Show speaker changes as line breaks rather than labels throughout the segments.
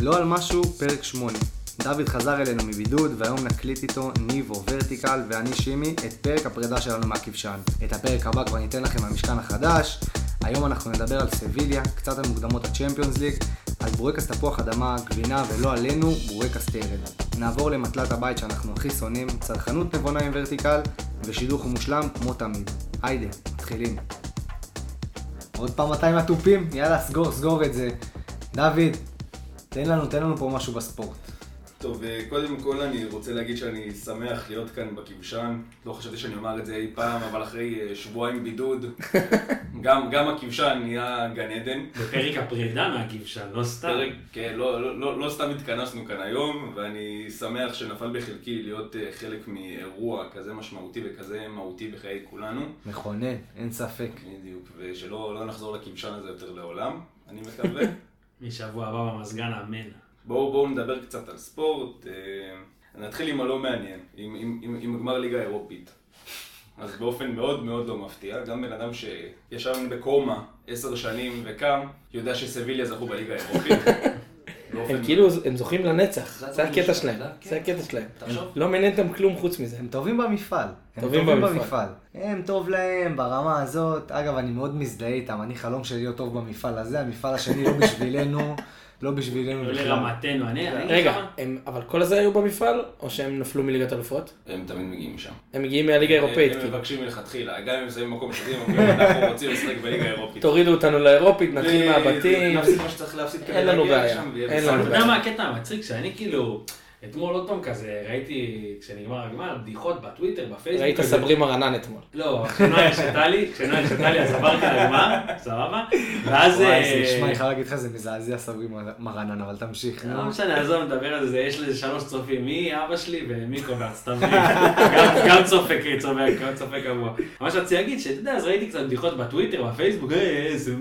לא על משהו, פרק 8. דוד חזר אלינו מבידוד, והיום נקליט איתו ניבו ורטיקל ואני שימי את פרק הפרידה שלנו מהכבשן. את הפרק הבא כבר ניתן לכם מהמשכן החדש. היום אנחנו נדבר על סביליה, קצת על מוקדמות הצ'מפיונס ליג, על בורקס תפוח אדמה, גבינה ולא עלינו, בורקס תרד. נעבור למטלת הבית שאנחנו הכי שונאים, צרכנות נבונה עם ורטיקל, ושידוך מושלם כמו תמיד. היידה, מתחילים. עוד פעם 200 התופים, יאללה, סגור, סגור את זה. דוד, תן לנו, תן לנו פה משהו בספורט.
טוב, אה, קודם כל אני רוצה להגיד שאני שמח להיות כאן בכבשן. לא חשבתי שאני אומר את זה אי פעם, אבל אחרי אה, שבועיים בידוד, גם, גם הכבשן נהיה גן עדן.
בפרק הפרידה מהגבשן, לא סתם.
פרק, כן, לא, לא, לא, לא סתם התכנסנו כאן היום, ואני שמח שנפל בחלקי להיות אה, חלק מאירוע כזה משמעותי וכזה מהותי בחיי כולנו.
מכונן, אין ספק.
בדיוק, ושלא לא נחזור לכבשן הזה יותר לעולם, אני מקווה.
משבוע הבא במזגן, אמן.
בואו בואו נדבר קצת על ספורט. אה, נתחיל עם הלא מעניין, עם, עם, עם, עם גמר ליגה אירופית. אז באופן מאוד מאוד לא מפתיע, גם בן אדם שישב בקומה עשר שנים וקם, יודע שסביליה זכו בליגה האירופית.
הם כאילו, הם זוכים לנצח,
זה
זה הקטע
שלהם,
שלהם,
כן.
זה הקטע שלהם.
תחשוב.
לא מעניין אותם כלום חוץ מזה.
הם טובים במפעל. הם
טובים
טובים
במפעל.
במפעל. הם טוב להם ברמה הזאת. אגב, אני מאוד מזדהה איתם, אני חלום שלי להיות טוב במפעל הזה, המפעל השני לא בשבילנו, לא בשבילנו
לא
בכלל.
לרמתנו, אני... אני לא
רגע,
כמה-
הם- אבל כל הזה היו במפעל, או שהם נפלו מליגת אלופות?
הם תמיד מגיעים שם.
הם מגיעים מהליגה האירופאית,
אה, הם
כאילו.
מבקשים מלכתחילה, גם אם הם שמים מקום שני, הם אומרים, אנחנו רוצים לשחק בליגה האירופית.
תורידו אותנו לאירופית, נתחיל
ו-
מהבתים.
נפסיד מה שצריך להפסיד כדי
אין לנו
להגיע
בעיה,
לשם, ויהיה
אין
בסדר.
לנו
אתה יודע מה הקטע המצחיק? שאני כאילו... אתמול עוד פעם כזה, ראיתי, כשנגמר הגמר, בדיחות בטוויטר, בפייסבוק.
ראית
כזה.
סברי מרנן אתמול.
לא, כשנועה הרשתה לי, כשנועה הרשתה לי, אז עברתי לגמר, סבבה? ואז...
וואי,
אה,
זה נשמע, אני חייב להגיד לך, זה מזעזע סברי מר- מרנן, אבל תמשיך. אה? נו.
לא משנה, עזוב, נדבר על זה, יש לזה שלוש צופים, מי אבא שלי ומי קובע, סתם, גם- גם צופה כצובע, גם צופה קבוע. מה שרציתי להגיד, שאתה יודע, אז ראיתי קצת בדיחות בטוויטר, בפייסבוק, אה, אה, זה-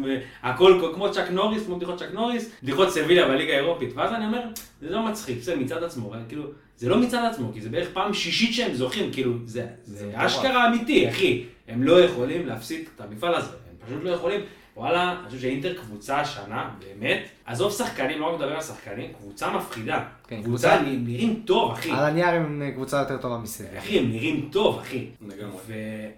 אה, הכל כמו צ'אק נוריס, כמו בדיחות צ'אק נוריס, בדיחות סביליה בליגה האירופית, ואז אני אומר, זה לא מצחיק, זה מצד עצמו, אבל כאילו, זה לא מצד עצמו, כי זה בערך פעם שישית שהם זוכים, כאילו, זה זה
מטורף.
אשכרה אמיתי, אחי, הם לא יכולים להפסיד את המפעל הזה, הם פשוט לא יכולים. וואלה, אני חושב שאינטר קבוצה השנה, באמת, עזוב שחקנים, לא רק מדבר על שחקנים, קבוצה מפחידה.
כן,
קבוצה,
קבוצה-
הם נראים טוב, אחי.
על הנייר הם אה, קבוצה יותר טובה מסביר.
אחי, הם נראים טוב, אחי.
לגמרי.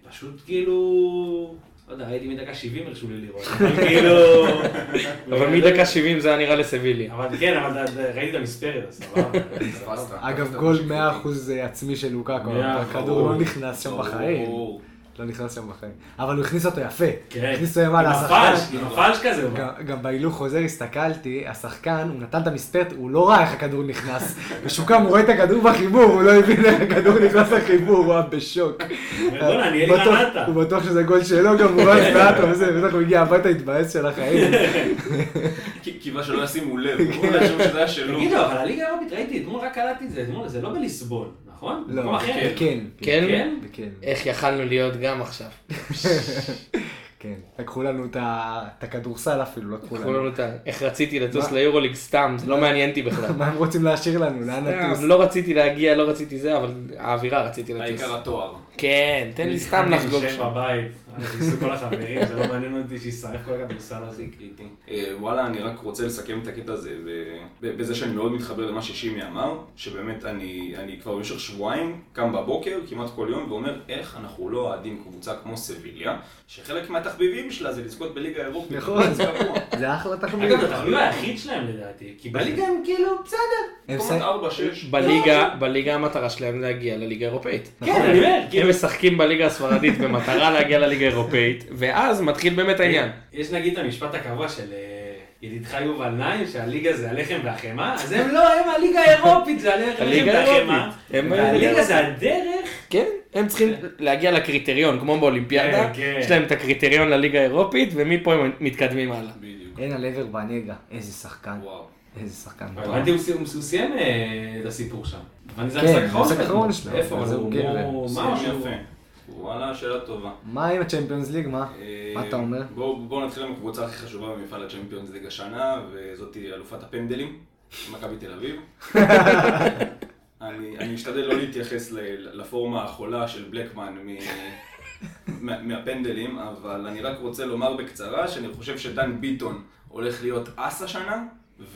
ופשוט כאילו... לא יודע, ראיתי מדקה 70 הרשו לי לראות, אבל כאילו... אה,
אבל מדקה 70 זה היה נראה לסביליה.
אבל כן, אבל אתה- אתה- ראיתי את המספרת, אז סבבה.
תפסת.
אגב,
תפסת
גול
משהו.
100% עצמי של לוקאקו,
מאה
הכדור
אחוז.
לא נכנס שם בחיים.
ברור.
לא נכנס שם בחיים. אבל הוא הכניס אותו יפה.
כן.
הכניס אותו למעלה,
עם הפלש, עם הפלש כזה. הוא-
גם- גם בהילוך חוזר הסתכלתי, השחקן, הוא נתן את המספרט, הוא לא ראה איך הכדור נכנס. משוקם, הוא רואה את הכדור בחיבור, הוא לא הבין איך הכדור נכנס לחיבור, הוא היה בשוק.
בוא'נה, לא, אני
בטוח-
נענעת.
הוא בטוח שזה גול שלו, גם הוא ראה את נענעת, וזה, בטח הוא הגיע הביתה, התבאס של החיים.
כי- קיווה שלא ישימו לב,
כן.
הוא לא יחשוב שזה היה שלו.
תגידו, אבל הליגה האירופית, ראיתי, אתמול רק קלטתי את זה, אתמול, זה לא בליסבון, נכון? במקום
לא,
אחר.
כן.
כן?
כן?
כן.
איך יכלנו להיות גם עכשיו.
כן. לקחו לנו את ה- את הכדורסל אפילו, לא לקחו
לקחו
לנו.
לנו את ה... לא איך רציתי לטוס
מה?
ליורוליג סתם, זה לא מעניין אותי בכלל.
מה הם רוצים להשאיר לנו? לאן נטוס?
סתם, לא רציתי להגיע, לא רציתי זה, אבל האווירה רציתי לטוס.
העיקר התואר.
כן, תן לי סתם לחגוג
אני
שם.
יושב בבית, נכנסו כל החברים, זה לא מעניין אותי שישרף כל הכדורסל הזה.
אה, וואלה, אני רק רוצה לסכם את הקטע הזה ב- ב- בזה שאני מאוד מתחבר למה ששימי אמר, שבאמת אני, אני כבר במשך שבועיים קם בבוקר כמעט כל יום ואומר איך אנחנו לא אוהדים קבוצה כמו סביליה, שחלק מהתחביבים שלה זה לזכות בליגה האירופית.
נכון.
זה קבוע.
זה אחלה תחביב.
אגב, זה התחביב היחיד שלהם לדעתי, כי בליגה הם כאילו, בסדר.
הם
מקומות
ס-
4-6.
בליגה, בליגה המטרה שלהם להגיע לליגה האירופאית.
כן, אני אומר,
נכון. הם
כאילו,
משחקים בליגה הספרדית במטרה להגיע לליגה האירופאית, ואז מתחיל באמת העניין.
אה, יש נגיד את המשפט הקבוע של אה, ידידך יובל נעים, שהליגה זה הלחם והחמאה, אז הם לא, הם הליגה האירופית, זה הלחם
הליגה
והחמאה.
האירופית. הם
והליגה
הליגה
זה הדרך.
כן, הם צריכים להגיע לקריטריון, כמו באולימפיאדה,
כן, כן.
יש להם את הקריטריון לליגה האירופית, ומפה הם מתקדמים הלאה.
בדיוק.
אין על עבר בנגע, איזה שחקן.
וואו.
איזה שחקן.
הבנתי, הוא סי- הוא הוא סיים אה, את הסיפור שם. אבל זה
כן,
המשחק
המשחק האחרון
האחרון
שלו.
איפה?
אז
אבל
הוא
הוא
גבר.
הוא-
סיים
מה הוא?
יפה. וואלה, שאלה טובה.
מה עם הצ'מפיונס ליג, מה?
אה,
מה אתה אומר?
אה, בואו בוא נתחיל עם הקבוצה הכי חשובה במפעל הצ'מפיונס ליג השנה, וזאת היא אלופת הפנדלים, מכבי תל אביב. אני, אני אשתדל לא להתייחס ל- לפורמה החולה של בלקמן מ, מה, מהפנדלים, אבל אני רק רוצה לומר בקצרה שאני חושב שדן ביטון הולך להיות אס השנה,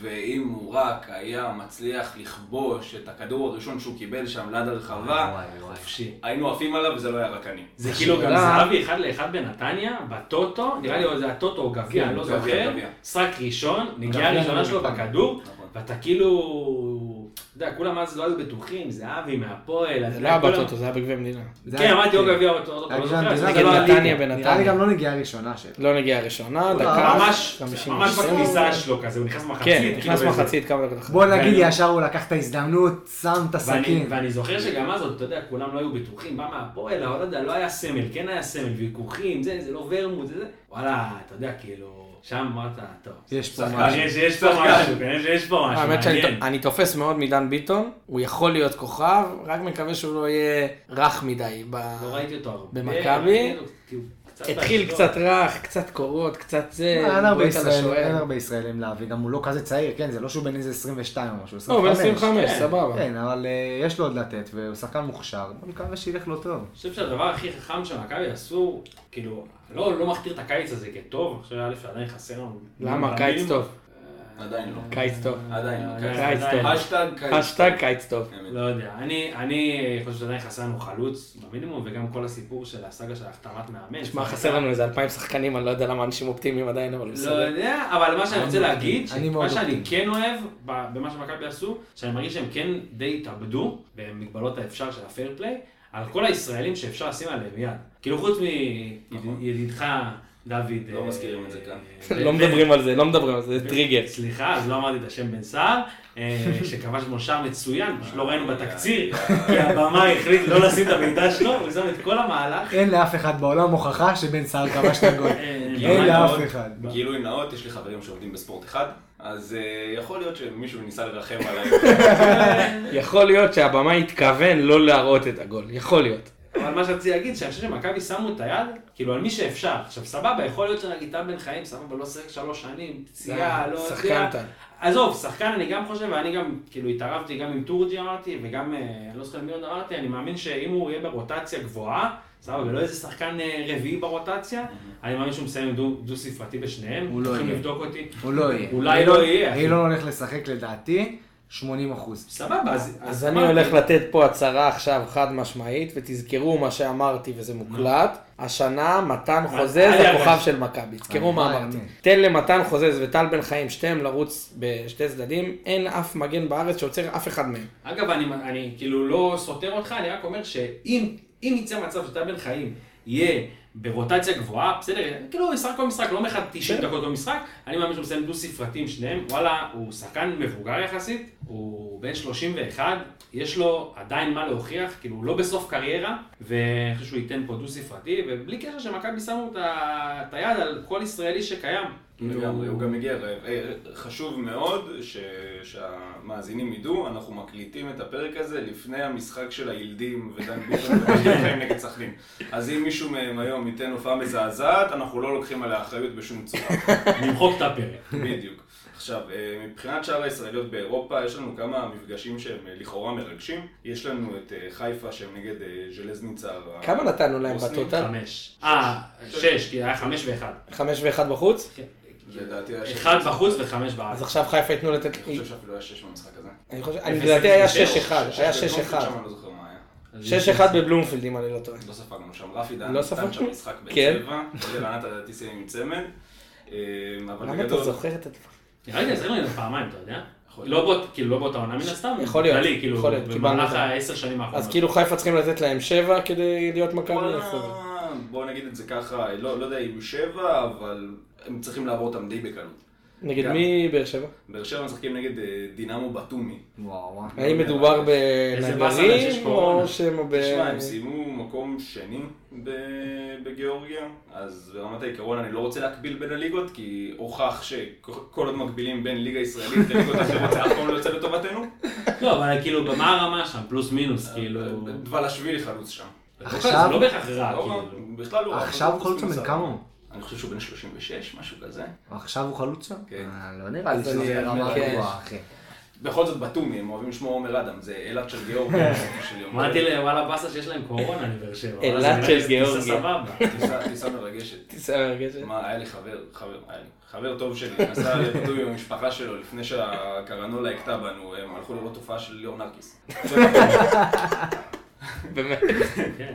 ואם הוא רק היה מצליח לכבוש את הכדור הראשון שהוא קיבל שם ליד הרחבה,
וואי וואי.
חופשי.
היינו עפים עליו וזה לא היה רק אני.
זה כאילו גם
השאלה-
זהבי אחד לאחד בנתניה, בטוטו, נראה לי זה הטוטו או גביע,
כן,
אני לא
גביע,
זוכר,
גביע.
שק ראשון, נגיעה
גביע
ראשונה
זה
שלו
נכון.
בכדור,
נכון.
ואתה כאילו, אתה יודע, כולם אז לא היו בטוחים, זהבי מהפועל, אז
זה לא היה
כולם-
בטוטו, זה היה בגביע המדינה.
זה
כן,
היה-
אמרתי או
כן.
גביע או טוטו,
היה גביע
לא זוכר,
המדינה,
זה
נגד
לא הליגה.
נתניה
נראה לי
בנתניה.
גם לא נגיעה ראשונה שלו.
לא נגיעה ראשונה, דקה,
ממש,
50.
ממש בכניסה שלו כזה, הוא נכנס מחצית.
כן,
כאילו
נכנס
באיזה-
מחצית כמה דקות אחרי.
בוא נגיד
ואני-
ישר הוא לקח את ההזדמנות, שם את
ואני,
הסכין.
ואני זוכר שגם אז עוד, אתה יודע, כולם לא היו בטוחים, בא מהפועל, אבל לא יודע, לא היה סמל, כן היה סמל, ויכוחים, זה, זה לא ורמוט, זה, זה, וואלה, אתה יודע, כאילו, שם אמרת, טוב. אה,
יש פה
שחקן.
משהו.
יש, יש פה משהו, כן, יש- יש פה משהו,
האמת שאני
מעניין.
אני תופס מאוד מדן ביטון, הוא יכול להיות כוכב, רק מקווה שהוא לא יהיה רך מדי. ב-
לא ראיתי אותו הרבה.
במכבי?
כאילו, קצת
התחיל
באשדוד.
קצת רך, קצת קורות, קצת זה,
אה, אין הרבה
בועט על
ישראלים,
השוער.
אין הרבה ישראלים להביא, גם הוא לא כזה צעיר, כן, זה לא שהוא בן איזה 22 או משהו,
לא, הוא בן
25.
25,
כן,
סבבה.
כן, אבל אה, יש לו עוד לתת, והוא שחקן מוכשר, בוא נקווה שילך לו טוב.
אני חושב שהדבר הכי חכם שמכבי עשו, כאילו, לא לא מכתיר את הקיץ הזה כטוב, אני חושב א' שעדיין חסר לנו. אה,
למה? קיץ טוב.
עדיין לא.
קיץ טוב.
עדיין כן. לא.
עדיין,
קיץ
עדיין.
טוב.
אשטג
אשטג קיץ טוב.
לא יודע, אני, אני חושב שעדיין חסר לנו חלוץ במינימום, וגם כל הסיפור של הסאגה של החתמת מאמן.
תשמע, חסר לנו איזה 2,000 שחקנים, אני לא יודע למה אנשים אופטימיים עדיין, אבל
לא
בסדר.
יודע, אבל מה שאני רוצה להגיד,
אני מאוד
מה שאני
אופטימי.
כן אוהב ב- במה שמכבי עשו, שאני מרגיש שהם כן די התאבדו במגבלות האפשר של הפייר פליי, על כל הישראלים שאפשר לשים עליהם יד. כאילו חוץ
נכון.
מידידך דוד...
לא
אה,
מזכירים את זה כאן.
אה,
לא
בן-
מדברים על זה, לא מדברים על זה, זה
בן-
טריגר.
סליחה, אז לא אמרתי את השם בן סער, אה, שכבש אתמול שער מצוין, פשוט לא ראינו בתקציר, כי הבמה החליט לא לשים את הבעיטה שלו, הוא שם את כל המהלך.
אין לאף אחד בעולם הוכחה שבן סער כבש את הגול.
אה,
אין
אה,
לאף
מאוד.
אחד.
גילוי נאות, יש לי חברים שעובדים בספורט אחד, אז אה, יכול להיות שמישהו ניסה לרחם עליי.
יכול להיות שהבמה התכוון לא להראות את הגול, יכול להיות.
אבל מה שרציתי להגיד, שאני חושב שמכבי שמו את היד, כאילו, על מי שאפשר. עכשיו, סבבה, יכול להיות שנגיד טל בן חיים, סבבה, לא שיחק שלוש שנים,
אה,
פציעה, לא יודע.
שחקן אתה.
עזוב, שחקן אני גם חושב, ואני גם, כאילו, התערבתי גם עם תורג'י אמרתי, וגם, אה, אני לא זוכר מי עוד אמרתי, אני מאמין שאם הוא יהיה ברוטציה גבוהה, סבבה, ולא איזה שחקן אה, רביעי ברוטציה, אני מאמין שהוא מסיים דו- דו-ספרתי בשניהם.
הוא לא
צריכים
יהיה.
לבדוק אותי.
הוא לא יהיה.
אולי לא יהיה. אחי.
אילון הולך לשחק לדעתי 80 אחוז.
סבבה, אז...
אז אני
אמרתי.
הולך לתת פה הצהרה עכשיו חד משמעית, ותזכרו מה שאמרתי וזה מוקלט. השנה מתן חוזז
היה לא
הכוכב
גם-
של מכבי, תזכרו מה
אה,
אמרתי.
אני.
תן למתן חוזז וטל בן חיים שתיהם לרוץ בשתי צדדים, אין אף מגן בארץ שעוצר אף אחד מהם.
אגב, אני, אני כאילו לא סותר אותך, אני רק אומר שאם אם יצא מצב שאתה בן חיים יהיה ברוטציה גבוהה, בסדר, כאילו ישחק כל משחק, לא אומר לך 90
כן.
דקות כל משחק, אני מאמין שהוא מסיים דו ספרתי עם שניהם, וואלה, הוא שחקן מבוגר יחסית, הוא בן 31, יש לו עדיין מה להוכיח, כאילו הוא לא בסוף קריירה, ואני חושב שהוא ייתן פה דו ספרתי, ובלי קשר שמכבי שמו את ה- את היד על כל ישראלי שקיים.
לגמרי,
כאילו,
הוא גם הגיע רעב. אה, חשוב מאוד ש... שהמאזינים ידעו, אנחנו מקליטים את הפרק הזה לפני המשחק של הילדים ודן ביטון וחיים נגד סכנין. אז אם מישהו מהם היום ייתן הופעה מזעזעת, אנחנו לא לוקחים עליה אחריות בשום צורה.
נמחוק את הפרק.
בדיוק. עכשיו, אה, מבחינת שאר הישראליות באירופה, יש לנו כמה מפגשים שהם אה, לכאורה מרגשים. יש לנו את אה, חיפה שהם נגד אה, ז'לזניצה. ה-
כמה נתנו להם
בוסנית.
בטוטל?
חמש. אה, שש, כי היה חמש ואחד.
חמש ואחד בחוץ?
לדעתי היה שש.
אחד בחוץ וחמש בארץ.
אז עכשיו חיפה ייתנו לתת...
אני חושב שאפילו היה שש במשחק הזה.
אני חושב...
אפס,
אני לדעתי אה, היה
אפס,
6-1,
שש
היה
בבלומפילד
6-1.
שם, אני לא זוכר מה היה.
6-1 בבלומפילד אם אני לא טועה.
לא ספגנו שם, רפי דן
לא
נתן שם
ספגנו?
משחק
כן.
בצבע, עולה לענת לדעתי סיים עם צמד, אמ, אבל
למה אתה
בגדול,
זוכר את הדבר?
נראה לי עזרנו לזה פעמיים, אתה יודע?
יכול
לא באות, כאילו לא באותה עונה מן הסתם.
יכול להיות,
כללי, כאילו,
יכול להיות, קיבלנו
במהלך
אותה.
העשר שנים האחרונות.
אז כאילו חיפה צריכים לתת להם 7 כדי להיות מכבי? איפה זה?
וואלה, בוא נגיד את זה ככה, לא לא יודע אם שבע, אבל הם צריכים לעבור אותם די בקלות.
נגד
גם.
מי באר שבע?
באר שבע משחקים נגד אה, דינמו בתומי.
וואו וואו.
האם מדובר
באסה להם שיש
בנגרים
קורונה.
או שהם ב...
תשמע, הם סיימו מקום שני ב- בגיאורגיה, אז ברמת העיקרון אני לא רוצה להקביל בין הליגות, כי הוכח שכל עוד מקבילים בין ליגה ישראלית לליגות אחרות זה אף פעם לא יוצא לטובתנו.
לא, אבל כאילו, במה הרמה שם? פלוס
אה,
מינוס, כאילו...
דבלשווילי חלוץ שם.
עכשיו-
זה לא בהכרח רע,
לא רע,
כאילו.
בכלל לא רע.
עכשיו
חלוץ
חולצה בן
מוצר.
כמה הוא?
אני חושב שהוא בן 36, משהו כזה.
עכשיו הוא חלוץ שם?
כן.
אה, לא נראה לי
אז אני-
שזה רמה
כן.
גבוהה אחי.
בכל זאת בטומי, הם אוהבים לשמוע עומר אדם, זה אילת של גיאורגיה. בסופו של יום.
כן. אמרתי לוואלה באסה שיש להם קורונה לבאר שבע. אבל
אילת
זה נראה
של
לי טיסה
גיאורגיה.
סבבה.
טיסה- טיסה מרגשת.
טיסה מרגשת.
מה, היה לי חבר, חבר, היה לי, חבר טוב שלי, נסע לפדוי עם המשפחה שלו לפני שהקרנולה הכתה בנו, הם הלכו לראות תופעה של ליאור נרקיס.
באמת.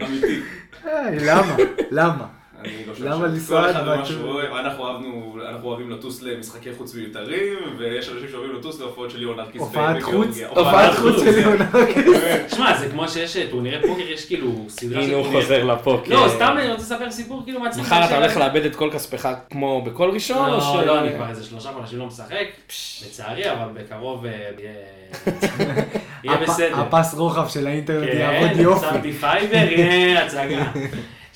אמיתי.
היי, למה? למה?
אני לא חושב
למה
ש-
לנסוע
כל
עד
אחד
בטוב?
ומה שהוא אוהב, אנחנו אוהבנו- אנחנו אוהבים לטוס למשחקי חוץ מיותרים, ויש אנשים שאוהבים לטוס להופעות של ליאור נרקיס.
הופעת חוץ?
בגיאורגיה.
הופעת חוץ
חוץ,
של
זה-
ליאונרקס.
שמע, זה כמו שיש אה, טורנירי פוקר, יש כאילו סדרה של
הנה הוא
טורנירי.
חוזר לפוקר.
לא, סתם אני רוצה לספר סיפור כאילו מצחיק.
מחר אתה
של-
הולך אה, לאבד את כל כספך כמו בכל ראשון? או
לא,
ש-
לא, אני כבר איזה שלושה חודשים לא משחק, לצערי, אבל בקרוב אה, יהיה- יהיה
הפ-
בסדר.
הפס רוחב של האינטרנט יעבוד
כן,
יופי.
שמתי פייבר, יהיה הצגה.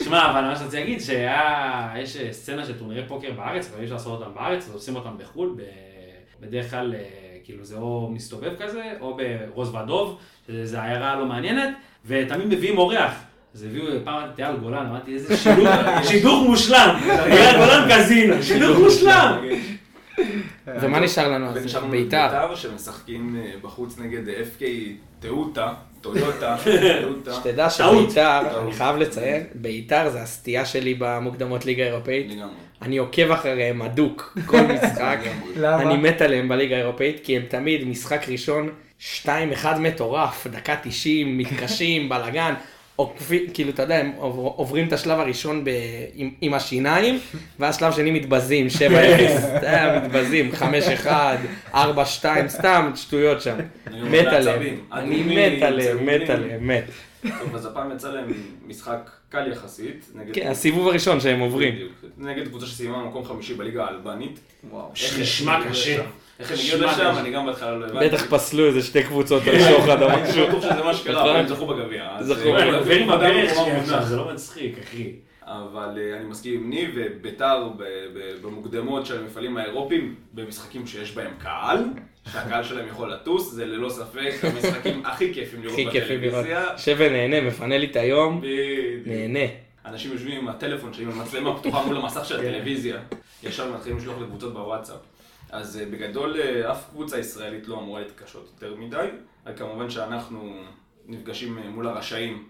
שמע, אבל מה שרציתי להגיד, שהיה, יש אה, סצנה של טורנירי פוקר בארץ, אבל אי אפשר לעשות אותם בארץ, אז עושים אותם בחו"ל, ב- בדרך כלל, אה, כאילו זה או מסתובב כזה, או ברוז ודוב, שזו עיירה לא מעניינת, ותמיד מביאים אורח. אז הביאו פעם את אייל גולן, אמרתי איזה שידוך, שידוך מושלם, אייל גולן קזינו, שידוך
כן.
מושלם.
לא!
ומה נשאר לנו? אז?
ונשארנו
ביתר.
בביתר שמשחקים אה, בחוץ נגד FK תאוטה, טויוטה, תאוטה.
שתדע
טעות.
שביתר, אני חייב לציין, ביתר זה הסטייה שלי במוקדמות ליגה האירופאית.
לגמרי.
אני עוקב אחריהם הדוק כל משחק.
למה?
אני מת עליהם בליגה האירופאית, כי הם תמיד משחק ראשון, 2-1 מטורף, דקה 90, מתקשים, בלאגן. עוקפים, כאילו, אתה יודע, הם עובר- עוברים את השלב הראשון ב... עם, עם השיניים, ואז שלב שני מתבזים, 7-0, אתה יודע, מתבזים, 5-1, 4-2, סתם שטויות שם.
אני
מת
אומר,
עליהם,
לעצבים,
אני
אדומים,
מת עליהם, מת
צהובים.
עליהם, מת.
טוב, אז הפעם יצא להם משחק קל יחסית. נגד-
כן, הסיבוב הראשון שהם עוברים.
בדיוק. נגד קבוצה שסיימה במקום חמישי בליגה האלבנית.
וואו.
איך הם
נשמע
הגיעו
קשה.
לשם? איך הם הגיעו
נשמע
לשם?
קשה.
אני גם בהתחלה לא הבנתי.
בטח פסלו איזה שתי קבוצות על שוחד או
אני לא
משהו.
בטוח שזה מה שקרה, אבל הם זכו בגביע. אז,
זכו.
אה,
אבל
אבל-
עוברים בדרך
אבל-
שלי עכשיו, לא זה לא מצחיק, אחי.
אבל אה, אני מסכים עם ניב, וביתר ב- ב- במוקדמות של המפעלים האירופיים, במשחקים שיש בהם קהל, שהקהל שלהם יכול לטוס, זה ללא ספק המשחקים הכי כיפים לראות
הכי כיפי לראות.
בטלוויזיה.
שב ונהנה, מפנה לי את היום,
בדיוק.
נהנה.
אנשים יושבים עם הטלפון שלי, עם המצלמה פתוחה מול המסך של הטלוויזיה, ישר מתחילים לשלוח לקבוצות בוואטסאפ. אז אה, בגדול, אה, אף קבוצה ישראלית לא אמורה להתקשות יותר מדי, רק כמובן שאנחנו נפגשים אה, מול הרשעים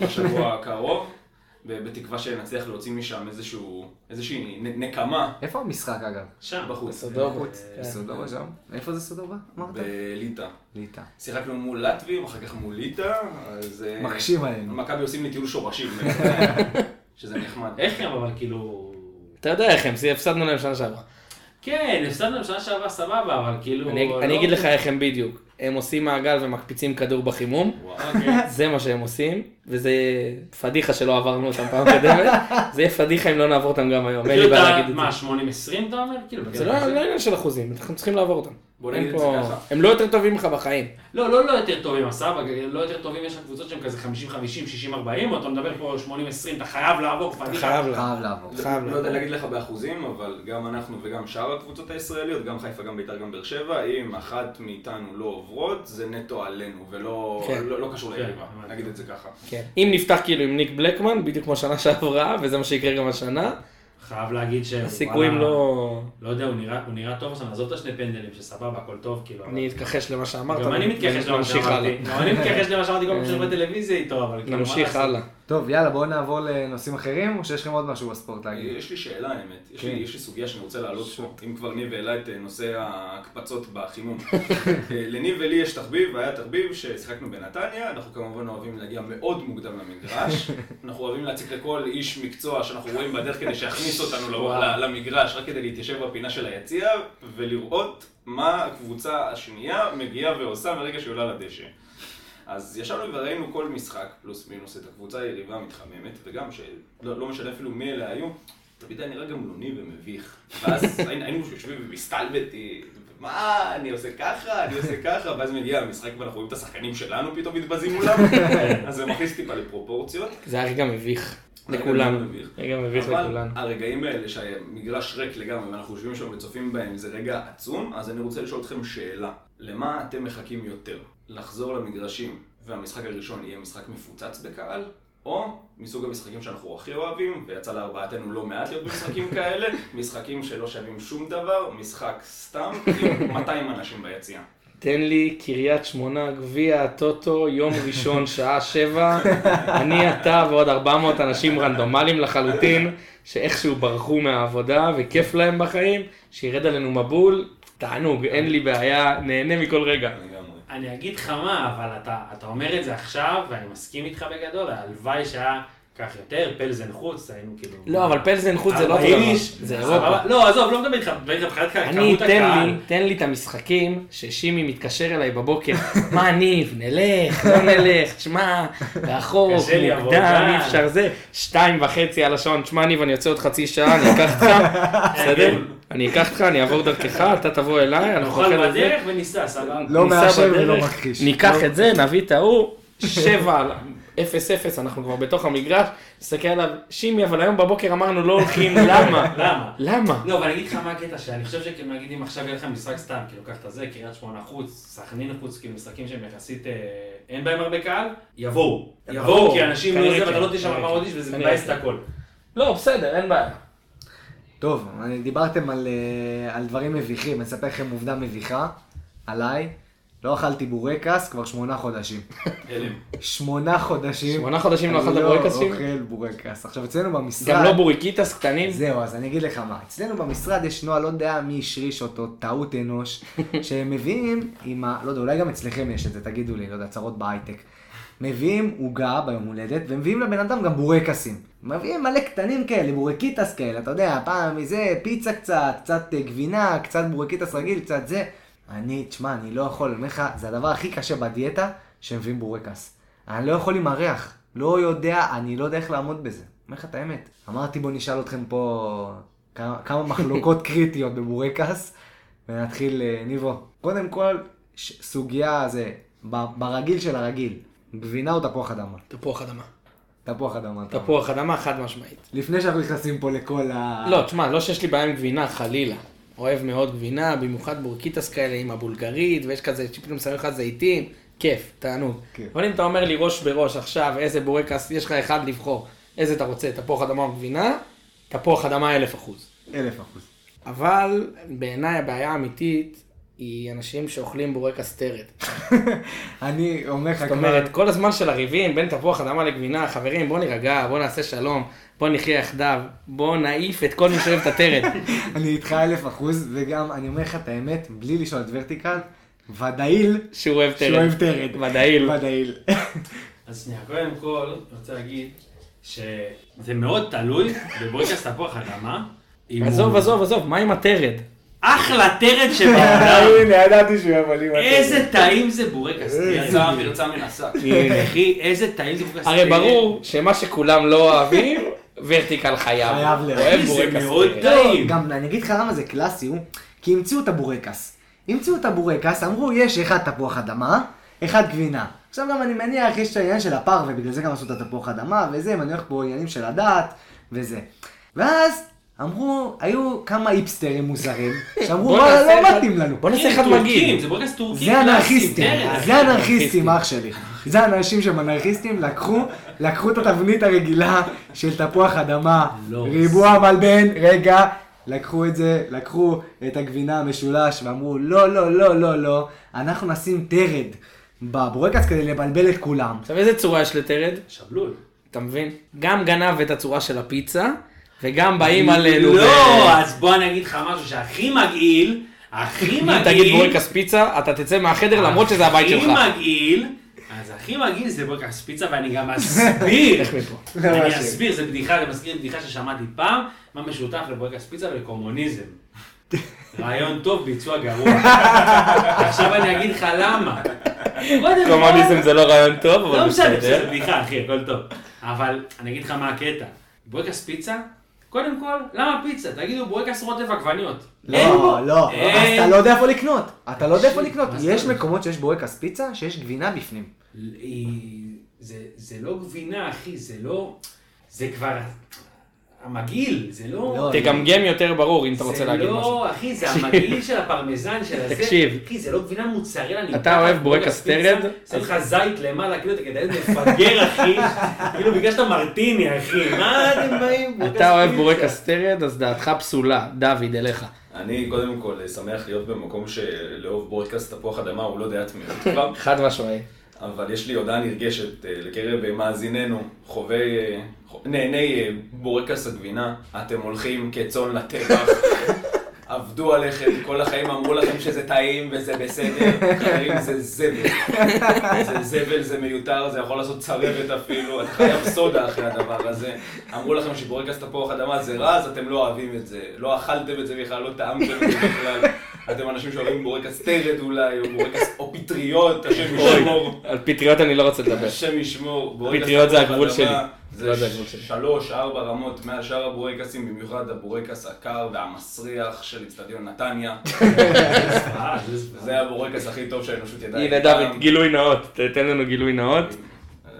בשבוע הקרוב, ו- בתקווה שנצליח להוציא משם איזשהו, איזושהי נ- נקמה
איפה המשחק אגב?
שם.
בחוץ,
בחוץ.
אה.
סודובה שם? איפה זה סודובה? אמרת?
בליטא.
ליטא.
שיחקנו מול לטבים, אחר כך מול ליטא, אז... אה,
מקשים עלינו.
מכבי עושים לי טיול שורשים, שזה נחמד.
איך הם, אבל כאילו...
אתה יודע איך הם, הפסדנו להם שנה שעברה.
כן, הפסדנו בשנה שעברה סבבה, אבל כאילו...
אני-
לא-
אני אגיד לך איך הם בדיוק. הם עושים מעגל ומקפיצים כדור בחימום.
אוקיי.
זה מה שהם עושים, וזה פדיחה שלא עברנו אותם פעם קודמת. זה יהיה פדיחה אם לא נעבור אותם גם היום, אין לי
כאילו
בעיה
אתה,
להגיד את
מה,
זה.
80-20 אתה אומר? כאילו,
זה לא לא עניין של אחוזים, אנחנו צריכים לעבור אותם.
בוא
אין
נגיד את זה
פה-
ככה.
הם לא יותר טובים ממך בחיים.
לא, לא, לא יותר טובים, הסבא, לא יותר טובים, יש לך קבוצות שהן כזה 50-50, 60-40, או אתה מדבר פה 80-20, אתה חייב לעבור כבר.
אתה חייב לה.
חייב לעבור.
חייב
לא
לעבור.
יודע להגיד לך באחוזים, אבל גם אנחנו וגם שאר הקבוצות הישראליות, גם חיפה, גם בית"ר, גם באר שבע, אם אחת מאיתנו לא עוברות, זה נטו עלינו, ולא
כן.
לא- לא קשור
כן,
ליריבה,
הבנתי.
נגיד את זה ככה.
כן. אם נפתח כאילו עם ניק בלקמן, בדיוק כמו שנה שעברה, וזה מה שיקרה גם השנה,
חייב להגיד ש...
הסיכויים לא...
לא יודע, הוא נראה- הוא נראה טוב עכשיו, נעזוב את השני פנדלים, שסבבה, הכל טוב, כאילו. אבל-
אני אתכחש למה שאמרת.
גם אני מתכחש למה
נמשיך
שאמרתי.
הלאה.
גם אני מתכחש למה שאמרתי כל פעם שאני רואה טלוויזיה איתו, אבל כאילו... מה
נמשיך
לעשות?
הלאה.
טוב, יאללה, בואו נעבור לנושאים אחרים, או שיש לכם עוד משהו בספורט להגיד?
יש לי שאלה, האמת. יש לי-
כן.
יש לי סוגיה שאני רוצה להעלות פה, אם כבר ניב העלה את אה, נושא ההקפצות בחימום. אה, לניב ולי יש תחביב, והיה תחביב ששיחקנו בנתניה, אנחנו כמובן אוהבים להגיע מאוד מוקדם למגרש, אנחנו אוהבים להציק לכל איש מקצוע שאנחנו רואים בדרך כדי שיכניס אותנו ל- ל- למגרש, רק כדי להתיישב בפינה של היציע, ולראות מה הקבוצה השנייה מגיעה ועושה מרגע שהיא עולה לדשא. אז ישבנו וראינו כל משחק, פלוס מינוס, את הקבוצה היריבה מתחממת, וגם שלא לא משנה אפילו מי אלה היו, תמיד היה נראה גמלוני ומביך. ואז היינו היינו יושבים ומסתלבטים, מה, אני עושה ככה, אני עושה ככה, ואז מגיע המשחק ואנחנו רואים את השחקנים שלנו פתאום מתבזים מולם, אז זה מכניס טיפה לפרופורציות.
זה היה רגע מביך.
רגע
לכולנו.
מביך.
רגע מביך
אבל
לכולנו.
הרגעים האלה שהמגרש ריק לגמרי ואנחנו יושבים שם וצופים בהם זה רגע עצום, אז אני רוצה לשאול אתכם שאלה. למה אתם מחכים יותר? לחזור למגרשים והמשחק הראשון יהיה משחק מפוצץ בקהל? או מסוג המשחקים שאנחנו הכי אוהבים, ויצא לארבעתנו לא מעט להיות במשחקים כאלה, משחקים שלא שווים שום דבר, משחק סתם עם 200 אנשים ביציאה.
תן לי קריית שמונה, גביע הטוטו, יום ראשון, שעה שבע, אני, אתה ועוד 400 אנשים רנדומליים לחלוטין, שאיכשהו ברחו מהעבודה וכיף להם בחיים, שירד עלינו מבול, תענוג, אין לי בעיה, נהנה מכל רגע.
לגמרי.
אני אגיד לך מה, אבל אתה, אתה אומר את זה עכשיו, ואני מסכים איתך בגדול, הלוואי שהיה כך יותר, פלזן חוץ, היינו כאילו...
לא, אבל פלזן חוץ זה לא אותו
40
דבר,
איש,
זה
סבבה.
אירופה.
לא, עזוב, לא מדבר איתך, מדבר איתך מבחינת כמות
אני,
הקהל.
תן לי, תן לי את המשחקים ששימי מתקשר אליי בבוקר, מה ניב, נלך, לא נלך, תשמע, רחוק,
קשה לי
מוקדם,
עבודה."
אי אפשר זה, שתיים וחצי על השעון, תשמע ניב, אני יוצא עוד חצי שעה, אני אקח אותך, בסדר? אני אקח אותך, אני אעבור דרכך, אתה תבוא אליי, אנחנו
כן. נאכל
נאכל את זה,
בדרך וניסע, סבבה.
לא
ניסע
מאשר ולא
בדרך,
מכחיש.
ניקח
לא.
את זה, נביא את ההוא, שבע על... אפס אפס, אנחנו כבר בתוך המגרש, מסתכל עליו, שימי, אבל היום בבוקר אמרנו לא הולכים, למה?
למה?
למה?
לא, אבל אני אגיד לך מה הקטע, שאני חושב שכאילו נגיד אם עכשיו יהיה לך משחק סתם, כאילו קח את הזה, קריית שמונה חוץ, סכנין חוץ, כאילו משחקים שהם יחסית אה, אין בהם הרבה קהל, יבואו. יבואו, כי אנשים לא
כנראה
זה,
כן,
ואתה לא תשמע
כנראה
400 איש
כן.
וזה
כנראה
מבאס את
כן.
הכל.
לא, בסדר, אין בעיה.
טוב, אני- דיברתם על, אה, על דברים מביכים, אני אספר לכם עובדה מביכה, עליי. לא אכלתי בורקס כבר שמונה חודשים.
הלם.
שמונה חודשים.
שמונה חודשים לא
אני
אכלת בורקסים?
לא אוכל בורקס. עכשיו אצלנו במשרד...
גם לא בוריקיטס קטנים?
זהו, אז אני אגיד לך מה. אצלנו במשרד יש נוהל, לא יודע מי השריש אותו, טעות אנוש, שהם מביאים עם ה... לא יודע, אולי גם אצלכם יש את זה, תגידו לי, לא יודע, צרות בהייטק. מביאים עוגה ביום הולדת, ומביאים לבן אדם גם בורקסים. מביאים מלא קטנים כאלה, בורקיטס כאלה, אתה יודע, פעם מזה, פיצה קצת, קצת אה, גבינה, קצת בורקיטס רגיל, קצת זה. אני, תשמע, אני לא יכול, אני אומר לך, זה הדבר הכי קשה בדיאטה, שמביאים בורקס. אני לא יכול עם הריח. לא יודע, אני לא יודע איך לעמוד בזה. אומר לך את האמת. אמרתי בוא נשאל אתכם פה כמה, כמה מחלוקות קריטיות בבורקס, ונתחיל, אה, ניבו. קודם כל, ש- סוגיה זה, ב- ברגיל של הרגיל, גבינה או תפוח אדמה?
תפוח אדמה.
תפוח אדמה. אתה אומר.
תפוח אדמה חד משמעית.
לפני שאנחנו נכנסים פה לכל ה...
לא, תשמע, לא שיש לי בעיה עם גבינה, חלילה. אוהב מאוד גבינה, במיוחד בורקיטס כאלה עם הבולגרית, ויש כזה שפתאום שמים לך זיתים, כיף, תענוג.
כן.
אבל אם אתה אומר לי ראש בראש עכשיו, איזה בורקס, יש לך אחד לבחור, איזה אתה רוצה, תפוח אדמה או גבינה, תפוח אדמה אלף אחוז.
אלף אחוז.
אבל בעיניי הבעיה האמיתית היא אנשים שאוכלים בורקס טרד.
אני אומר לך
זאת
כבר...
אומרת, כל הזמן של הריבים בין תפוח אדמה לגבינה, חברים, בואו נירגע, בואו נעשה שלום, בואו נחיה יחדיו, בואו נעיף את כל מי שאוהב את הטרד.
אני איתך אלף אחוז, וגם, אני אומר לך את האמת, בלי לשאול את ורטיקל, ודאיל
שהוא אוהב טרד.
שהוא אוהב טרד.
ודאיל.
ודאיל.
אז שנייה, קודם כל, אני רוצה להגיד שזה מאוד תלוי בבורקס תפוח אדמה. אם
עזוב,
הוא-
עזוב, עזוב, מה עם הטרד?
אחלה טרד שבעולם.
ידעתי שהוא יבוא לי.
איזה טעים זה בורקס.
יצא מרצה מן השק.
אחי, איזה טעים זה בורקס.
הרי ברור שמה שכולם לא אוהבים, ורטיקל חייב.
חייב
הוא
לאהוב.
אוהב
אחי, זה
בורקס
מאוד
טרד.
טעים.
לא, גם אני אגיד לך למה זה קלאסי הוא, כי המציאו את הבורקס. המציאו את הבורקס, אמרו יש אחד תפוח אדמה, אחד גבינה. עכשיו גם אני מניח יש את העניין של הפר ובגלל זה גם עשו את התפוח אדמה וזה, ואני הולך פה עניינים של הדת וזה. ואז אמרו, היו כמה היפסטרים מוזרים, שאמרו
בוא
וואלה
נעשה
לא
אחד-
מתאים לנו.
בוא נעשה
כן,
אחד
טורקים,
מגעיל.
זה בורקס טורקי
זה אנרכיסטים,
טרף.
זה אנרכיסטים אח שלי. זה אנשים שהם אנרכיסטים, לקחו, לקחו את התבנית הרגילה של תפוח אדמה,
לא.
ריבוע מלבן, רגע, לקחו את זה, לקחו את הגבינה המשולש ואמרו לא, לא, לא, לא, לא, אנחנו נשים טרד בבורקס כדי לבלבל את כולם.
עכשיו, איזה צורה יש לטרד?
שבלול.
אתה מבין? גם גנב את הצורה של הפיצה, וגם באים עלינו. אה. ב-
לא, אז בוא אני אגיד לך משהו שהכי מגעיל, הכי
אם
מגעיל.
תגיד בורקס פיצה, אתה תצא מהחדר למרות שזה הבית שלך.
הכי מגעיל, אז הכי מגעיל זה בורקס פיצה, ואני גם אסביר.
לך מפה.
לא
אני
מאשים.
אסביר, זה בדיחה, זה מזכיר בדיחה ששמעתי פעם, מה משותף לבורקס פיצה ולקומוניזם. רעיון טוב, ביצוע גרוע. עכשיו אני אגיד לך למה. קודם כל-
קומוניזם זה לא רעיון טוב,
לא
אבל
משנה, זה
בסדר.
בדיחה, אחי, הכל טוב. אבל אני אגיד לך מה הקטע. בורקס פיצה, קודם כל, למה פיצה? תגידו בורקס רוטב עגבניות. אין בו-
לא, לא,
אין-
אתה לא יודע איפה לקנות, אתה לא יודע איפה לקנות,
מה זאת
יש
אומרת?
מקומות שיש בורקס פיצה שיש גבינה בפנים.
היא- זה- זה לא גבינה, אחי, זה לא... זה כבר... המגעיל, זה לא...
לא,
תגמגם יותר ברור אם אתה רוצה להגיד
זה
משהו.
לא, אחי, זה המגעיל של הפרמזן של הזה.
תקשיב.
אחי, זה לא גבינה מוצרלה. נמתחת,
אוהב בורקס
פיצה,
טרד?
שם לך זית למעלה, כאילו אתה כדאי מפגר, אחי. כאילו ביקשת מרטיני, אחי. מה אתם באים?
אתה אוהב
פיצה?
בורקס טרד, אז דעתך פסולה, דוד, אליך.
אני קודם כל שמח להיות במקום שלאהוב בורדקאסט תפוח אדמה הוא לא דעת מיעוט כבר,
חד משמעי.
אבל יש לי הודעה נרגשת אה, לקרב אה, מאזיננו, חווי, אה, ח- נהני אה, בורקס הגבינה, אתם הולכים כצאן לטבח. עבדו עליכם, כל החיים אמרו לכם שזה טעים וזה בסדר, חברים זה זבל. זה זבל, זה מיותר, זה יכול לעשות צרבת אפילו, אתה חייב סודה אחרי הדבר הזה. אמרו לכם שבורקס תפוח אדמה זה רע, אז אתם לא אוהבים את זה. לא אכלתם את זה בכלל, לא טעמתם את זה בכלל. אתם אנשים שאוהבים בורקס טרד אולי, או בורקס, או פטריות, השם ישמור.
על פטריות אני לא רוצה לדבר.
השם ישמור,
פטריות זה הגבול
אדמה,
שלי.
זה
פטריות זה הגבול שלי.
שלוש, ארבע רמות מעל שאר הבורקסים, במיוחד הבורקס הקר והמסריח של אצטדיון נתניה.
אה, זה זוועה.
זה הבורקס הכי טוב שהאנושות ידעה.
הנה
אי פעם.
דוד, גילוי נאות, תן לנו גילוי נאות.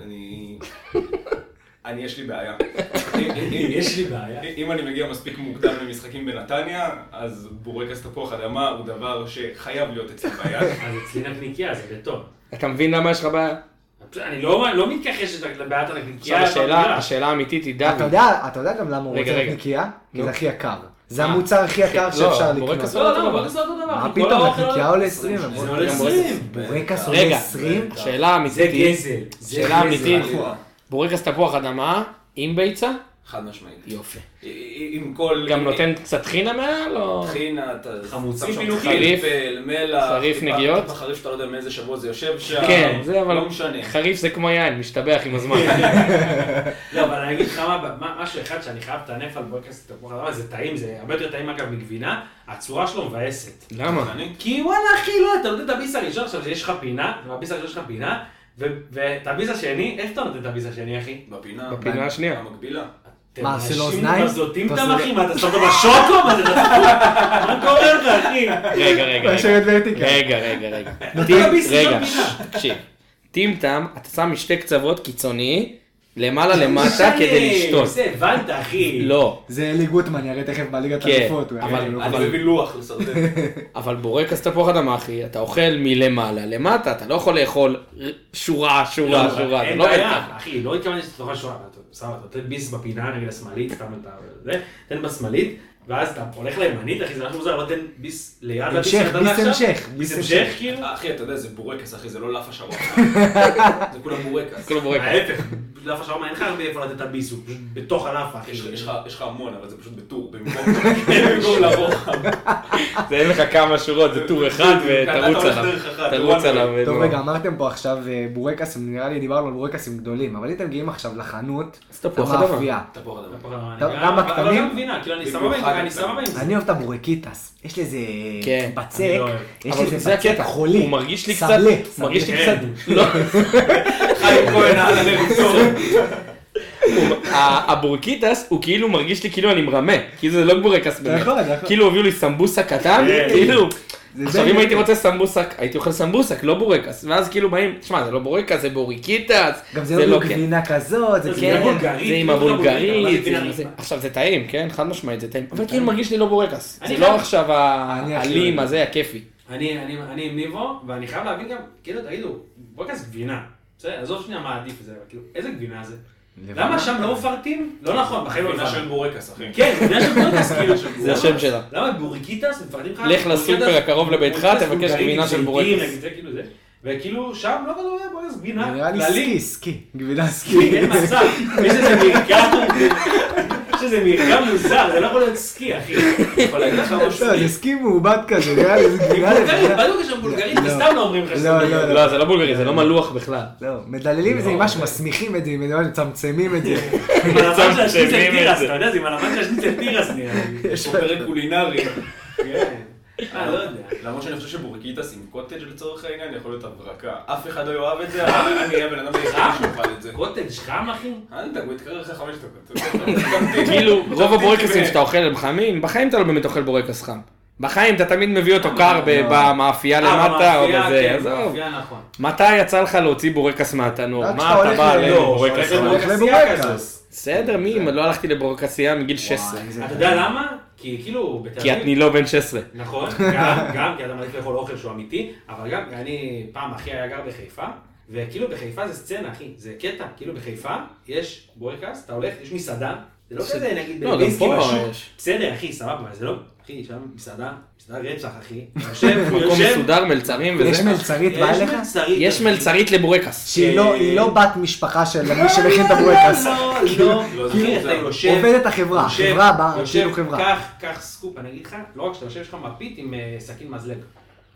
אני... אני, יש לי בעיה. אם- אם-
יש לי בעיה.
אם אני מגיע מספיק מוקדם למשחקים בנתניה, אז בורקס תפוח אדמה הוא דבר שחייב להיות אצלי ביד.
אז אצלי נקניקייה זה בטון.
אתה מבין למה יש לך בעיה?
אני לא לא מתכחש לבעיית
עכשיו
הנקניקייה.
השאלה, השאלה האמיתית היא
אתה
דוד.
יודע, אתה יודע גם למה הוא
רגע,
רוצה
רגע.
להיות נקייה? כי
נו.
זה הכי יקר. זה
אה.
המוצר הכי יקר
לא,
שאפשר
בורקס
לקנות.
לא, לא, אבל זה אותו דבר.
מה
כי כל
פתאום,
האוכל
הקניקייה
עולה-
עולה 20.
זה
למרות-
עולה
גם
20.
בורקס
רגע.
עולה 20?
השאלה האמיתית
זה
היא,
גזל. זה
שאלה
גזל.
אמיתית.
חלילה.
בורקס תפוח אדמה עם ביצה?
חד משמעית.
יופי.
עם כל...
גם נותן קצת חינה מעל או...
טחינה, אתה
חמוצים,
שם
פילוגים.
פלפל, מלח,
חריף,
טיפה-
נגיעות.
טיפה חריף שאתה לא יודע מאיזה שבוע זה יושב שם,
כן, זה אבל
לא משנה.
חריף זה כמו יין, משתבח עם הזמן.
לא, אבל אני אגיד לך מה, מה- משהו אחד שאני חייב לטנף על בורקס תפוח אדמה, זה טעים, זה הרבה יותר טעים אגב מגבינה, הצורה שלו מבאסת.
למה?
אני-
כי וואלה אחי, לא, אתה נותן את הביס הראשון עכשיו שיש לך פינה, והביס הראשון שלך פינה, ו- ואת הביס השני, איפה אתה נותן את הביס השני אחי?
בפינה.
בפינה
מה-
השנייה.
המקבילה.
אתם
מה, עושה לו
אנשים
אוזניים?
מבזוטים
אתה
את
עושה לו-
המחים, מה אתה שם אותו בשוקו? מה זה, אתה מה קורה לך אחי?
רגע,
אתה
רגע, רגע.
יושבת
כן.
ורטיקל.
רגע, רגע, רגע.
נותן
טים-
לביס
לא
רגע,
ראשון פינה.
ש- תקשיב. טימטם, אתה שם משתי קצוות קיצוני, למעלה
לא
למטה כדי לשתות.
זה הבנת אחי.
לא,
זה אלי גוטמן יראה תכף בליגת
כן,
האלופות. הוא
אבל-
יראה לו.
אני מביא לוח לסרטן.
אבל בורקס תפוח אדמה, אחי, אתה אוכל מלמעלה למטה, אתה לא יכול לאכול שורה, שורה,
לא,
שורה, זה
אין
לא עובד
בעיה,
ככה.
אחי, לא התכוונתי שאתה תאכל שורה, אתה שם, אתה נותן ביס בפינה נגד השמאלית, סתם אתה, זה, תן בשמאלית, ואז אתה הולך לימנית, אחי, זה משהו מוזר, לא תן ביס ליד הביס
המשך,
שנתת
ביס
עכשיו.
המשך,
ביס
ביס
המשך,
המשך.
כאילו,
אה, אחי, אתה יודע, זה בורקס, אחי, זה לא לאפה שרון. זה כולה בורקס.
כל בורקס.
ההפך, לאף השרמה אין לך הרבה איפה לתת את הביס, הוא פשוט בתוך הלאפה, אחי.
יש לך- יש לך- יש לך המון, אבל זה פשוט בטור, במקום במקום לעבור.
זה אין לך כמה שורות, זה טור אחד
אתה
ותרוץ
הולך
עליו.
דרך אחת,
תרוץ
one way.
עליו.
טוב
נו.
רגע, אמרתם פה עכשיו אה, בורקסים, נראה לי דיברנו על בורקסים גדולים, אבל אם אתם מגיעים עכשיו לחנות,
אז תפוח
אתה
אדמה.
מאפייה.
תפוח אדמה.
גם הקטנים?
אבל גם גבינה, כאילו, אני סבבה עם זה,
במיוחד
אני סבבה עם זה.
אני אוהב את הבורקיטס, יש לזה
כן.
בצק,
אני לא אוהב.
יש
אבל
לזה בצק חולי,
הוא מרגיש לי קצת,
סבלה,
הוא מרגיש לי
סבלה.
קצת, לא,
חיים כהן, אהלן, למצוא.
הוא- ה- הבורקיטס הוא כאילו מרגיש לי כאילו אני מרמה, כאילו זה לא בורקס באמת,
נכון, נכון.
כאילו הביאו לי סמבוסה קטן,
כן.
כאילו,
זה
עכשיו
זה.
אם הייתי רוצה סמבוסק, הייתי אוכל סמבוסק, לא בורקס, ואז כאילו באים, תשמע זה לא בורקס, זה בוריקיטס,
גם זה לא
כן.
גבינה כזאת, זה כן. גבינה...
זה לא
בורקס.
בולגרית,
זה עם
לא בולגרית,
הבולגרית, זה
אבל
עם
זה
זה.
גבינה.
עכשיו זה טעים, כן? חד משמעית זה טעים, אבל כאילו מרגיש לי לא בורקס,
אני
זה
חייב-
לא עכשיו ה-
אני הכי
האלים
אוהב.
הזה, הכיפי.
אני, אני, אני עם ניבו, ואני חייב להבין גם, כאילו, תגידו, בורקס גבינה. בסדר, עזוב שנייה מה עדיף זה, אבל כאילו, איזה גבינה זה?
לבנה.
למה שם לא מפרטים? לא נכון, בחיים לא
חיים
מפרטים.
של בורקס, אחי.
כן, גבינה של בורקס, כאילו.
זה השם שלה.
למה בוריקיטס מפרטים לך?
לך לסופר
בוריקיטס-
הקרוב לביתך,
בוריקיטס
תבקש
בולגרית,
גבינה של
זיתים,
בורקס.
נגיד, זה כאילו זה. וכאילו, שם לא כזה היה בורקס גבינה.
נראה לי סקי,
כללי.
סקי, גבינה סקי.
אין מצב, יש איזה מרקם, יש איזה מרקם מוזר, זה לא יכול להיות סקי, אחי.
יכול להגיד לך משהו?
לא, זה סקי מעובד כזה, נראה לי זה גבינה
בולגרית,
לבנה.
בדיוק יש שם בולגרית,
לא.
וסתם לא אומרים לך שזה
לא,
בולגרית.
לא,
לא, זה לא בולגרי, זה לא מלוח בכלל.
לא, מדללים את זה עם משהו, מסמיכים את זה, עם איזה משהו, מצמצמים את זה.
עם הלבן של השניצל תירס,
מצמצמים את זה.
אתה יודע, זה עם הלבן של השניצל תירס נראה לי.
יש פה פרק קולינרי.
כן. אה, לא יודע.
למרות שאני חושב שבורקיטס עם קוטג' לצורך העניין יכול להיות הברקה. אף אחד לא יאהב את זה, אבל אני אהיה בן אדם היחיד שאוכל את זה.
קוטג' חם אחי?
אל תדאג, הוא יתקרר אחרי חמש דקות.
כאילו, רוב הבורקסים שאתה אוכל הם חמים, בחיים אתה לא באמת אוכל בורקס חם. בחיים אתה תמיד מביא אותו קר ב- במאפייה למטה או
אה, לא. במאפייה,
בזה,
כן,
עזוב.
במאפייה, נכון.
מתי יצא לך להוציא בורקס מהתנור?
רק
מה
כשאתה
אתה
הולך
בא
ל- לא,
לבורקס
כשאתה
חם?
הולך- כן.
בסדר, מי? אם לא הלכתי לבורקסייה מגיל 16.
וואי, זה-
אתה יודע למה? כי כאילו, בתל
כי
אביב...
אני לא בן 16.
נכון, גם, גם, כי אתה מעדיף לאכול אוכל שהוא אמיתי, אבל גם, אני, פעם אחי היה גר בחיפה, וכאילו בחיפה זה סצנה, אחי, זה קטע, כאילו בחיפה יש בורקס, אתה הולך, יש מסעדה, זה לא כזה, נגיד,
לא, גם
בלווינסקי
פה
בשוק.
יש.
בסדר, אחי, סבבה, אבל זה לא... אחי, שם מסעדה, מסעדה רצח, אחי. יושב, הוא
מקום
יושב.
מסודר, מלצרים וזה.
יש מלצרית בא אליך?
יש מלצרית.
יש
אחי.
מלצרית לבורקס.
שהיא לא- היא לא בת משפחה של מי שמכין את הבורקס.
אה, לא,
כאילו,
לא,
לא,
לא.
זה
אחי,
מוזר.
אתה יושב...
עובדת החברה, חברה באה, כאילו
יושב,
חברה.
קח, קח סקופ, אני אגיד לך, לא רק שאתה יושב, יש לך מפית עם אה, סכין מזלג.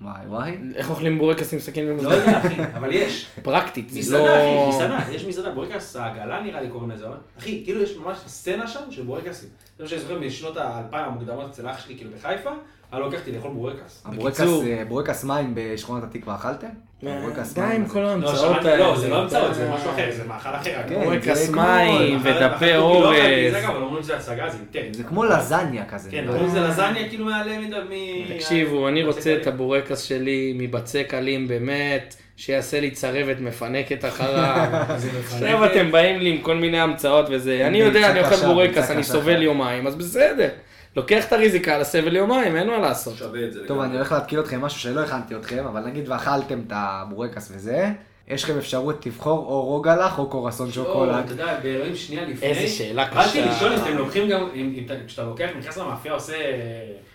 וואי וואי.
איך אוכלים בורקס עם סכין
לא
ומוזר?
יודע, אחי, אבל יש.
פרקטית, זה
מסעדה, אחי,
לא...
מסעדה, יש מסעדה, בורקס העגלה נראה לי קוראים לזה, אבל- אחי, כאילו יש ממש סצנה שם של בורקסים. זה מה שאני זוכר משנות האלפיים המוקדמות אצל אח שלי, כאילו בחיפה, היה לוקח אותי לאכול בורקס.
הבורקס,
בקיצור.
אה, בורקס מים בשכונת התקווה אכלתם? בורקס
אה, די
מים
עם
זה-
כל
לא,
ההמצאות
שמעתי,
האלה.
לא, זה לא המצאות, זה משהו אחר, זה מאכל אחר. אגב.
כן,
בורקס
זה כמו-
מים
אחר- אחר כך
ודפי
כאילו לא אכלתי את זה,
אורז.
אגב, אבל אומרים שזה השגה, זה אימתן.
זה כמו לזניה כזה.
כן,
נראה
אומרים
לי.
שזה לזניה כאילו מעלה מד- מ...
תקשיבו, אני רוצה את הבורקס שלי מבצק אלים באמת, שיעשה לי צרבת מפנקת אחריו. עכשיו אתם באים לי עם כל מיני המצאות וזה. אני יודע, אני אוכל
קשה,
בורקס,
ביצה
אני
קשה.
סובל יומיים, אז בסדר. לוקח את הריזיקה על הסבל יומיים, אין מה לעשות.
לא שווה את זה.
טוב,
לגמרי.
אני הולך להתקיל אתכם משהו שלא הכנתי אתכם, אבל נגיד ואכלתם את הבורקס וזה, יש לכם אפשרות לבחור או רוגלח או קורסון
או,
שוקולד.
אתה יודע, באלוהים שנייה לפני.
איזה שאלה
באתי
קשה.
לשאול אם אתם לוקחים גם, אם- אם אתה- כשאתה לוקח, נכנס למאפייה, עושה... אה,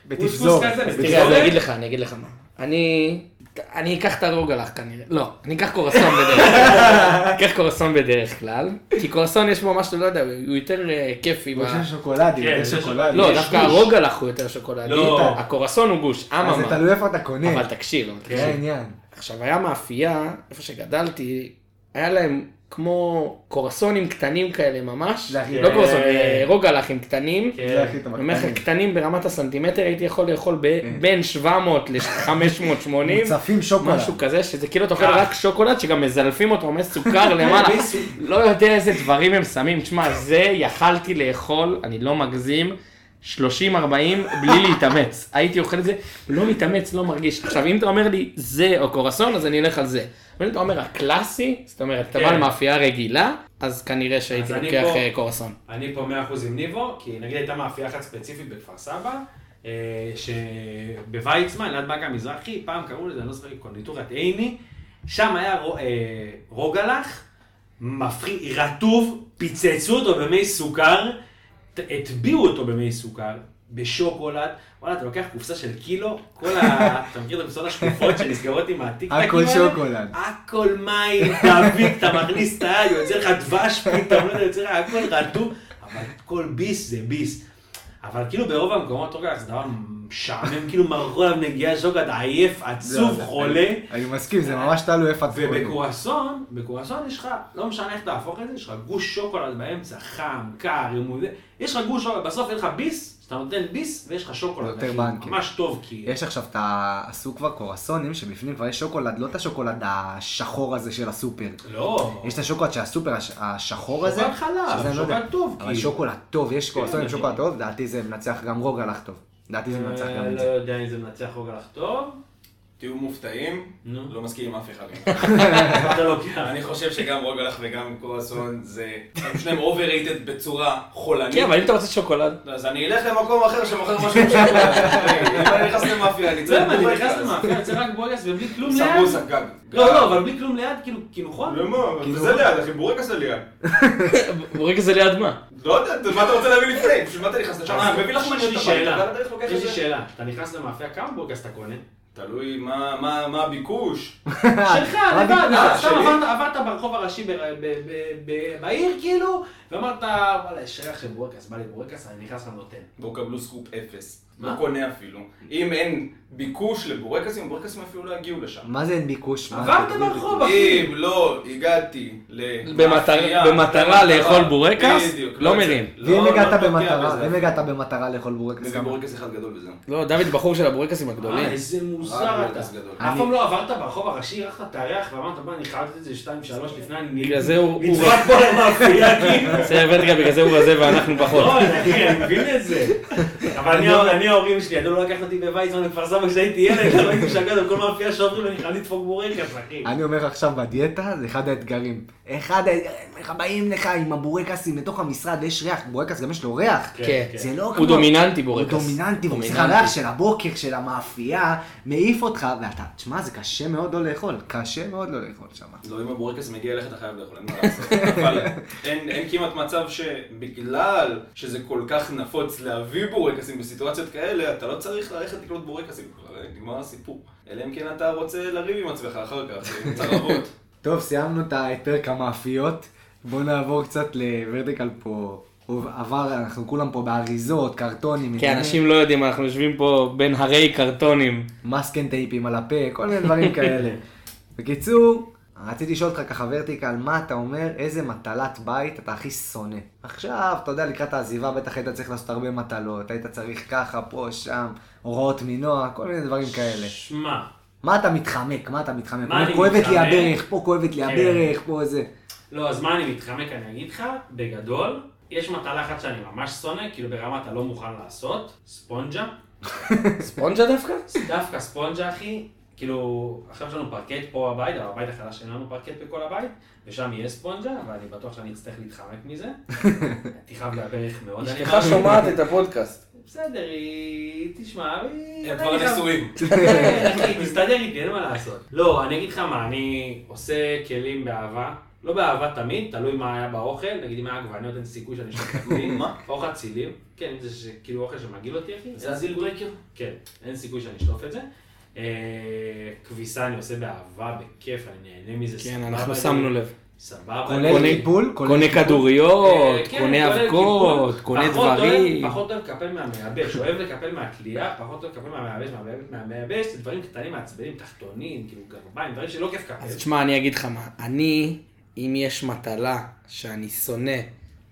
בתפזורת.
קוסקוס כזה,
אז
תראה,
בתפזורת.
אני אגיד לך, אני אגיד לך מה. אני... אני אקח את הרוגלח כנראה, לא, אני אקח קורסון בדרך כלל, אקח קורסון בדרך כלל, כי קורסון יש בו משהו, לא יודע, הוא יותר אה, כיפי,
הוא
ב-
של שוקולדים,
כן,
יש
זה
שוקולדים.
לא,
יש
דווקא
גוש.
הרוגלח הוא יותר שוקולדי,
לא.
הקורסון הוא גוש,
אז זה
אממה,
תלוי איפה אתה לא כן. קונה.
אבל כן. תקשיב, אבל
זה
תקשיב,
העניין.
עכשיו היה מאפייה, איפה שגדלתי, היה להם כמו קורסונים קטנים כאלה ממש,
זה הכי
לא
טוב.
קורסון, אה, רוגלחים קטנים,
כן.
זה הכי טוב.
אני אומר לך,
הקטנים.
קטנים ברמת הסנטימטר, הייתי יכול לאכול ב- בין 700 ל-580,
כן. מוצפים שוקולד.
משהו כזה, שזה כאילו אתה אוכל
אה.
רק שוקולד, שגם מזלפים אותו, עומד סוכר למעלה. לא יודע איזה דברים הם שמים. תשמע, זה יכלתי לאכול, אני לא מגזים. 30-40 בלי להתאמץ, הייתי אוכל את זה, לא מתאמץ, לא מרגיש. עכשיו אם אתה אומר לי זה או קורסון אז אני אלך על זה. אבל אם אתה אומר הקלאסי, זאת אומרת אתה בא
כן.
למאפייה רגילה, אז כנראה שהייתי
אז אני
לוקח
פה.
אה, קורסון.
אני פה 100% עם ניבו, כי נגיד הייתה מאפייה אחת ספציפית בכפר סבא, אה, שבוויצמן, ליד בנק המזרחי, פעם קראו לזה, אני לא זוכר, קונדיטוריית עיני, שם היה רו- אה, רוגלח, מפחיד, רטוב, פיצצו אותו במי סוכר, ת- הטביעו אותו במי סוכר. בשוקולד, וואלה, אתה לוקח קופסה של קילו, כל ה... אתה מכיר את המסעדות השקופות שנסגרות עם הטיקטקים
הכל
האלה?
שוקולד.
הכל מים, תאביק, אתה מכניס את היד, יוצא לך דבש פתאום, לא יודע, יוצא לך הכל רטוב, אבל כל ביס זה ביס. אבל כאילו ברוב המקומות רוגלח זה דבר משעמם, כאילו מרחו עליו נגיעה שוקת, עייף, עצוב,
לא, זה-
חולה.
אני מסכים, זה ממש תלוי איפה אתה קונה.
ובקרואסון, בקרואסון יש לך, לא משנה איך תהפוך את זה, יש לך גוש שוקולד באמצע, חם, קר, ימודי, יש לך גוש שוקולד, בסוף אין לך ביס, שאתה נותן ביס ויש לך שוקולד.
יותר
אחי,
בנקר.
ממש טוב, כי...
יש עכשיו את ה... עשו כבר קורסונים שבפנים כבר יש שוקולד, לא את השוקולד השחור הזה של הסופר.
לא.
יש את השוקולד של הסופר הש- השחור הזה.
שוקולד חלב,
שזה אני לא יודע.
שוקולד טוב,
אבל
כאילו.
שוקולד טוב, יש קורסונים עם
כן,
שוקולד טוב, לדעתי זה מנצח גם רוגלח טוב. לדעתי זה מנצח גם
אה,
את
לא
זה.
יודע אם זה מנצח רוגלח טוב.
תהיו מופתעים,
נו.
לא מסכים עם אף אחד מהם.
אתה לא- לוקח.
אני חושב שגם רוגלח וגם קרואסון זה, הם שניהם overrated בצורה חולנית.
כן, אבל אם אתה רוצה שוקולד,
אז אני אלך למקום אחר שמוכר משהו משנה. אם אני נכנס למאפיה, אני
אתה יודע
צריך...
מה, אני נכנס למאפיה, יוצא רק בורגס ובלי כלום ליד.
סמבוסה, גג.
לא, לא, אבל בלי כלום ליד, כאילו, כי נכון?
למה? זה ליד, אחי, בורקס זה ליד.
בורקס זה ליד מה?
לא יודע, מה אתה רוצה להביא לפני? בשביל מה אתה נכנס לשם?
אה,
אני מביא לך
יש לי
מניות
שאלה, יש לי שאלה, אתה נכנס למאפיה, כמה בורגס אתה קונה?
תלוי מה- מה מה הביקוש.
לא. שלך,
מה
לבד,
בדיוק?
אתה סתם
שלי.
עברת- עברת ברחוב הראשי ב- ב- ב- ב- בעיר, כאילו, ואמרת, וואלה, יש ריח של בורקס, בא לי בורקס, אני נכנס ונותן.
בואו קבלו סקופ אפס.
מה?
לא קונה אפילו. אם אין ביקוש לבורקסים, בורקסים אפילו לא יגיעו לשם.
מה זה אין ביקוש? מה,
עברת
תגידו לי.
ברחוב, אחי.
אם לא הגעתי למאפייה,
במטרה- במטרה לאכול בורקס,
בדיוק,
לא
יוצא.
מרים.
לא,
ואם
לא
הגעת
פוגע
במטרה,
בזה.
ואם הגעת במטרה לאכול בורקס
וגם
גם.
בורקס אחד גדול וזהו.
לא, דוד בחור של הבורקסים
אה,
הגדולים.
איזה
רק
מוזר אתה.
בורקס גדול.
אף
אני-
פעם לא עברת ברחוב הראשי, הרחת את הריח ואמרת, בוא, אני חייבת את זה 2-3 לפני, אני
בגלל זה הוא- הוא-
נצבט פה למאפייה, כאילו.
זה ורטגה, בגלל זה הוא רזה ואנחנו פחות.
נכון, אחי, אני מבין את זה. אבל אני- אני ההורים שלי, ידעו לא לקחת אותי בווייזמן לכפר סבא כשהייתי ילד, לא הייתי משגע על כל מאפייה שעוברים, אני חייב לדפוק בורקס, אחי.
אני אומר לך עכשיו בדיאטה, זה אחד האתגרים. אחד, ה- איך באים לך עם הבורקסים לתוך המשרד, יש ריח, בורקס גם יש לו ריח.
כן.
זה לא
הוא
כמו...
דומיננטי, בורקס.
הוא דומיננטי, בורקס.
דומיננטי.
הריח של הבוקר, של המאפייה, מעיף אותך, ואתה, תשמע, זה קשה מאוד לא לאכול. קשה מאוד לא לאכול שם.
לא, אם הבורקס מגיע אליך אתה חייב לאכול, אין מה לעשות. אבל אין, אין כמעט מצב שבגלל שזה כל כך נפוץ להביא בורקסים בסיטואציות כאלה, אתה לא צריך ללכת לקנות בורקסים בכלל, נגמר הסיפור. אלא אם כן אתה רוצה לריב עם עצמך אחר כך, עם צרבות.
טוב, סיימנו את ה- את פרק המאפיות. בואו נעבור קצת לוורטיקל פה. הוא עבר, אנחנו כולם פה באריזות, קרטונים,
כי אנשים לא יודעים, אנחנו יושבים פה בין הרי קרטונים.
מסקן טייפים על הפה, כל מיני דברים כאלה. בקיצור, רציתי לשאול אותך ככה ורטיקל, מה אתה אומר, איזה מטלת בית אתה הכי שונא? עכשיו, אתה יודע, לקראת העזיבה בטח היית צריך לעשות הרבה מטלות, היית צריך ככה, פה, שם, הוראות מנוע, כל מיני דברים כאלה.
שמע,
מה אתה מתחמק? מה אתה מתחמק?
מה אני
כואבת לי
מתחמק?
הברך, פה כואבת לי
כן.
הברך, פה זה.
לא, אז מה אני מתחמק, אני אגיד לך, בגדול, יש מטלה אחת שאני ממש שונא, כאילו ברמה אתה לא מוכן לעשות, ספונג'ה.
ספונג'ה דווקא?
דווקא ספונג'ה, אחי, כאילו, עכשיו יש לנו פרקט פה בבית, אבל בבית החדש אין לנו פרקט בכל הבית, ושם יהיה ספונג'ה, ואני בטוח שאני אצטרך להתחמק מזה. תכאב לי הברך מאוד. אני חייב-
את הפודקאסט.
בסדר, היא... תשמע, היא...
הם כבר
אני חייב-
נשואים.
כן, אחי, תסתדר איתי, אין מה לעשות. לא, אני אגיד לך מה, אני עושה כלים באהבה. לא באהבה תמיד, תלוי מה היה באוכל, נגיד אם היה עגבניות אין סיכוי שאני אשתה קצין,
מה?
אוכל צילים, כן, אם זה ש- כאילו אוכל שמגעיל אותי אחי,
זה
אין
הדיל
סיכוי-
ברקר?
כן, אין סיכוי שאני אשלוף את זה. אה, כביסה אני עושה באהבה, בכיף, אני נהנה מזה,
כן,
סבבה
אנחנו
לי.
שמנו לב.
אה, סבבה. לי.
כולל טיפול?
קונה כדוריות,
כן, אה, כן,
קונה אבקות,
קיפול.
קונה
פחות
דברים.
אוהב- פחות אוהב לקפל מהמייבש, אוהב לקפל מהקליעה, פחות אוהב לקפל מהמייבש, מהמייבש, מהמייבש, זה דברים קטנים מעצבנים, תחתונים, כאילו גרביים, דברים שלא כיף לקפל.
אז תשמע, אני אגיד לך מה, אני, אם יש מטלה שאני שונא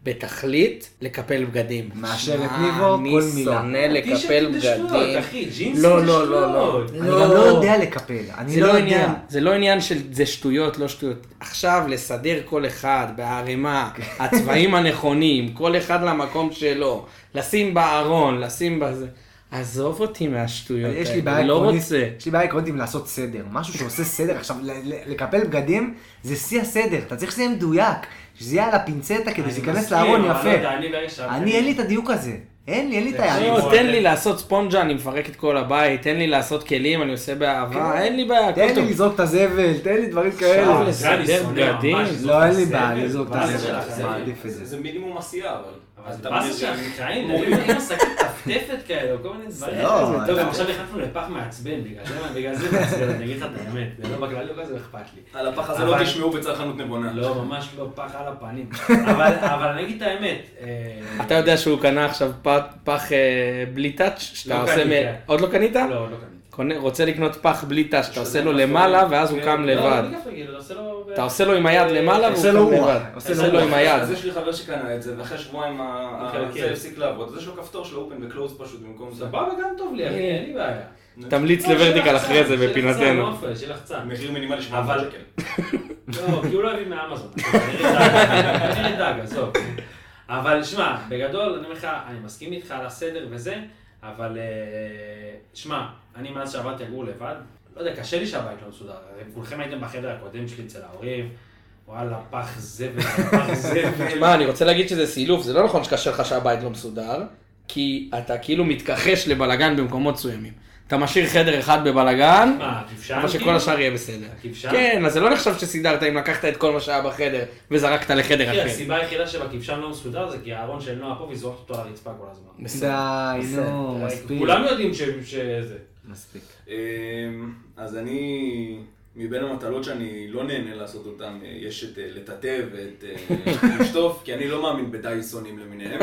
בתכלית, לקפל בגדים.
מאשר
שמע,
את ניבו, כל מילה.
אני שונא
טישרט
לקפל
זה שטויות,
בגדים.
אחי, ג'ינסים
לא,
זה
לא, לא, לא.
שטויות.
אני גם לא יודע לקפל, אני
זה
לא
לא
יודע.
עניין, זה לא עניין של זה שטויות, לא שטויות. עכשיו לסדר כל אחד בערימה, הצבעים הנכונים, כל אחד למקום שלו, לשים בארון, לשים בזה. עזוב אותי מהשטויות
יש לי
האלה,
בעיה
אני לא
עקרונית,
רוצה.
יש לי בעיה עקרונית עם לעשות סדר, משהו שעושה סדר, עכשיו ל- ל- לקפל בגדים זה שיא הסדר, אתה צריך שזה יהיה מדויק, שזה יהיה על הפינצטה כדי
אני
שזה ייכנס
מסכים,
לארון
אבל לא
יפה,
יודע, אני ברגע שה-
אני אין לי את הדיוק הזה, אין לי, אין לי את
תקשיב,
היד,
לא,
אני-
תן לי לעשות ספונג'ה, אני מפרק את כל הבית, תן לי לעשות כלים, אני עושה באהבה, אין לי בעיה, הכל
תן
טוב.
לי לזרוק את הזבל, תן לי דברים
אפשר
כאלה,
אה, זה אני
לסדר
שונא
בגדים?
ממש, לזרוק
לא, אין לי
את
בעיה
הסבל,
לזרוק את
באסה
הסבל,
של
זה
החיים.
מעדיף. את זה.
זה מינימום עשייה, אבל.
אבל
אז
זה
אתה מבין
באסה של
ש-
החיים, אם השקית טפטפת כאלה, או כל מיני דברים.
לא,
טוב,
אתה-
גם עכשיו נכנסנו לפח מעצבן, בגלל זה- בגלל זה מעצבן, אני אגיד לך את האמת, זה לא בכללי לא כזה אכפת לי.
על הפח הזה לא
אבל-
תשמעו בצרכנות נבונה.
לא, ממש לא פח על הפנים. אבל אבל אני אגיד את האמת. אה,
אתה יודע שהוא קנה עכשיו פח- פח אה, בלי טאץ', שאתה
לא
עושה מ...
קניתי.
עוד לא קנית?
לא, לא קניתי.
קונה- רוצה לקנות פח בלי טאץ', אתה עושה לו
שזה
למעלה
נכון.
ואז הוא
כן,
קם
לא,
לבד.
לא, אני גם רגיל, אני עושה לו...
אתה עושה לו עם היד למעלה והוא
עושה לו
קם
רוח,
לבד.
עושה
עושה לו
לא,
רוח.
עם היד.
אז יש לי חבר שקנה את זה, ואחרי שבועיים ה- ה-
לא. מקלקל.
זה הפסיק לעבוד, אז יש לו כפתור של open ו-close פשוט במקום זה.
סבבה, גם טוב לי, אחי, אין לי בעיה. לא,
תמליץ לוורטיקל אחרי זה בפינתנו.
שיהיה לחצן.
מחיר מינימלי 700
אבל-
שקל.
לא, כי הוא לא הביא מאמזון. אני דג, עזוב. אבל שמע, בגדול, אני אומר לך, אני מסכים איתך על הסדר וזה, אבל אה, שמע, אני מאז שעברתי לגור לבד, לא יודע, קשה לי שהבית לא מסודר. הרי כולכם הייתם בחדר הקודם שלי אצל ההורים, וואלה, פח זבל, פח זבל.
תשמע, אני רוצה להגיד שזה סילוף, זה לא נכון שקשה לך שהבית לא מסודר, כי אתה כאילו מתכחש לבלגן במקומות מסוימים. אתה משאיר חדר אחד בבלגן,
מה, כבשן?
אבל שכל
כאילו?
השאר יהיה בסדר.
הכבשן?
כן, אז זה לא נחשב שסידרת אם לקחת את כל מה שהיה בחדר וזרקת לחדר
תראה,
אחר.
הסיבה היחידה שבכבשן לא מסודר זה כי הארון של נועה פה והיא אותו על הרצפה כל הזמן. אה,
בסדר.
די,
בסדר.
נו, מספיק,
כולם יודעים ש- שזה.
מספיק.
אמ, אז אני, מבין המטלות שאני לא נהנה לעשות אותן, אה, יש את אה, לטאטא ואת אה, לשטוף, כי אני לא מאמין בדייסונים למיניהם.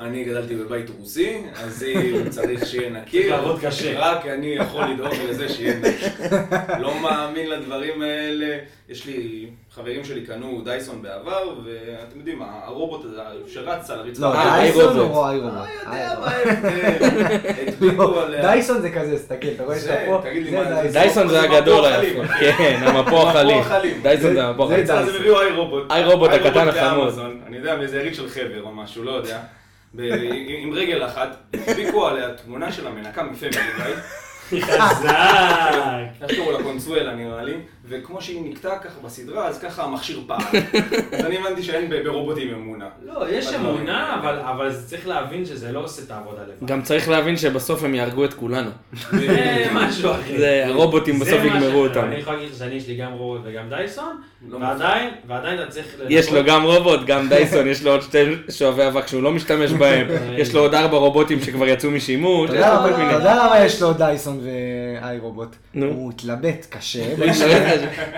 אני גדלתי בבית רוסי, אז אם צריך שיהיה נקי,
צריך לעבוד קשה.
רק אני יכול לדאוג לזה שיהיה נקי. לא מאמין לדברים האלה. יש לי, חברים שלי קנו דייסון בעבר, ואתם יודעים, הרובוט הזה שרץ על הרצפה.
לא,
אה,
דייסון
איירובוט.
או
לא
איירובוט?
יודע מה ההבדל. הדביקו
לא,
עליה.
דייסון זה כזה, תסתכל, אתה רואה
זה,
שאתה פה,
תגיד לי
זה
מה זה.
דייסון.
דייסון זה
זה
הגדול
מפוח
היה.
חלים.
כן, המפוח
מפוח
חלים.
חלים.
דייסון
זה-
זה המפוח
זה
חלים.
דייסון.
אז הם הביאו איי רובוט.
איי רובוט
איי
הקטן החמוד.
באמזון. אני יודע, באיזה יריד של חבר או משהו, לא יודע. ב- עם- עם רגל אחת, הדביקו עליה תמונה של המנקה מפמילי גיא.
חזק.
איך קראו לה קונסואלה נראה לי, וכמו שהיא נקטעה ככה בסדרה, אז ככה המכשיר פעל. אז אני הבנתי שאין ב- ברובוטים אמונה.
לא, יש
בדברים.
אמונה, אבל- אבל זה צריך להבין שזה לא עושה את העבודה לבד.
גם צריך להבין שבסוף הם יהרגו את כולנו.
זה משהו אחר.
כן. זה, הרובוטים
זה
בסוף
מה ש-
יגמרו אותנו.
אני יכול להגיד לך שאני יש לי גם רובוט וגם דייסון,
לא
ועדיין, ועדיין אתה צריך...
יש
לנקות-
לו גם רובוט, גם דייסון, יש לו עוד שתי שואבי אבק שהוא לא משתמש בהם, יש לו עוד ארבע רובוטים שכבר יצאו משימוש,
אתה
יש לו
יודע-
כל מיני.
אתה יודע למה יש לו דייסון ואיי רובוט?
נו.
הוא התלבט קשה,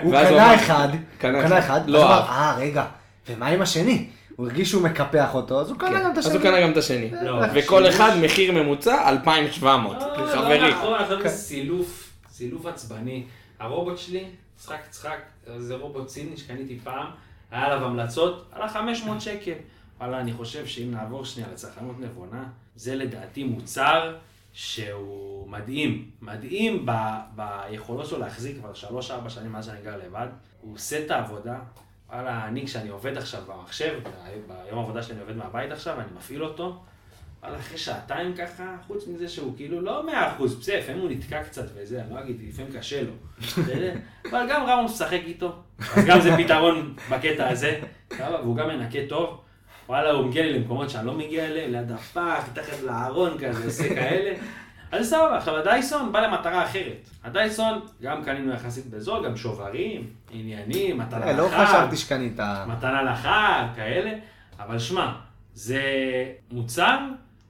הוא
ואז הוא
קנה
אמר-
אחד,
קנה
קנה
אחד.
אחד,
לא
אז הוא אמר,
אהב.
אה רגע, ומה עם השני? הוא הרגיש שהוא מקפח אותו, אז הוא קנה גם את השני.
כן. אז הוא קנה גם את השני.
לא,
וכל
שימוש-
אחד מחיר ממוצע 2,700,
לא, לא
חברים.
נכון, אנחנו מדברים סילוף, סילוף עצבני. הרובוט שלי, צחק צחק, זה רובוט סיני שקניתי פעם, היה עליו המלצות, עלה 500 שקל. וואלה, אני חושב שאם נעבור שנייה לצרכנות נבונה, זה לדעתי מוצר שהוא מדהים. מדהים ב, ביכולות שלו להחזיק כבר 3-4 שנים מאז שאני גר לבד. הוא עושה את העבודה. וואלה, אני כשאני עובד עכשיו במחשב, ביום העבודה שאני עובד מהבית עכשיו, אני מפעיל אותו. אבל אחרי שעתיים ככה, חוץ מזה שהוא כאילו לא מאה אחוז, בסדר, לפעמים הוא נתקע קצת וזה, אני לא אגיד, לפעמים קשה לו. בסדר? אבל גם רמון משחק איתו, אז גם זה פתרון בקטע הזה, סבבה? והוא גם מנקה טוב. וואלה, הוא מגיע לי למקומות שאני לא מגיע אליהם, ליד הפח, מתחת לארון כזה, עושה כאלה. אז זה סבבה, עכשיו הדייסון בא למטרה אחרת. הדייסון, גם קנינו יחסית בזול, גם שוברים, עניינים, מטרה
אה, לא חשבתי שקנית.
מתנה לחג, כאלה, אבל שמע, זה מוצר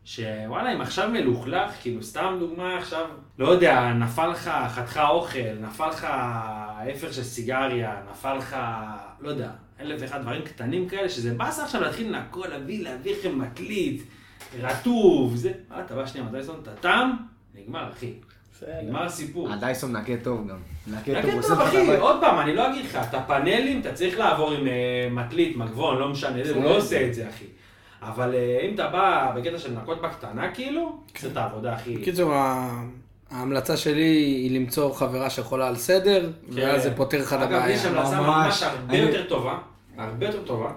שוואלה, אם עכשיו מלוכלך, כאילו סתם דוגמה עכשיו, לא יודע, נפל לך, חתך אוכל, נפל לך ההפך של סיגריה, נפל לך, לא יודע, אלף ואחד דברים קטנים כאלה, שזה באסה עכשיו להתחיל לנקות, להביא, להביא לכם מקליט, רטוב, זה, וואלה, אתה בא שנייה, מתי שונא את הטעם, נגמר, אחי. נגמר הסיפור.
הדייסון מנקה טוב גם. מנקה טוב, הוא
כן,
עושה
טוב,
לך את
אחי,
הבית.
עוד פעם, אני לא אגיד לך, את הפאנלים אתה צריך לעבור עם אה, מטלית, מגבון, לא משנה, זה, הוא
כן,
לא עושה את זה, אחי. אבל אה, אם אתה בא בקטע של לנקות בקטנה, כאילו,
כן.
זה את העבודה, אחי.
בקיצור, ה- ההמלצה שלי היא למצוא חברה שחולה על סדר, ואז זה פותר לך את
כן. אגב,
הבעיה.
יש המלצה
ממש.
ממש הרבה
אני-
יותר טובה, הרבה יותר טובה,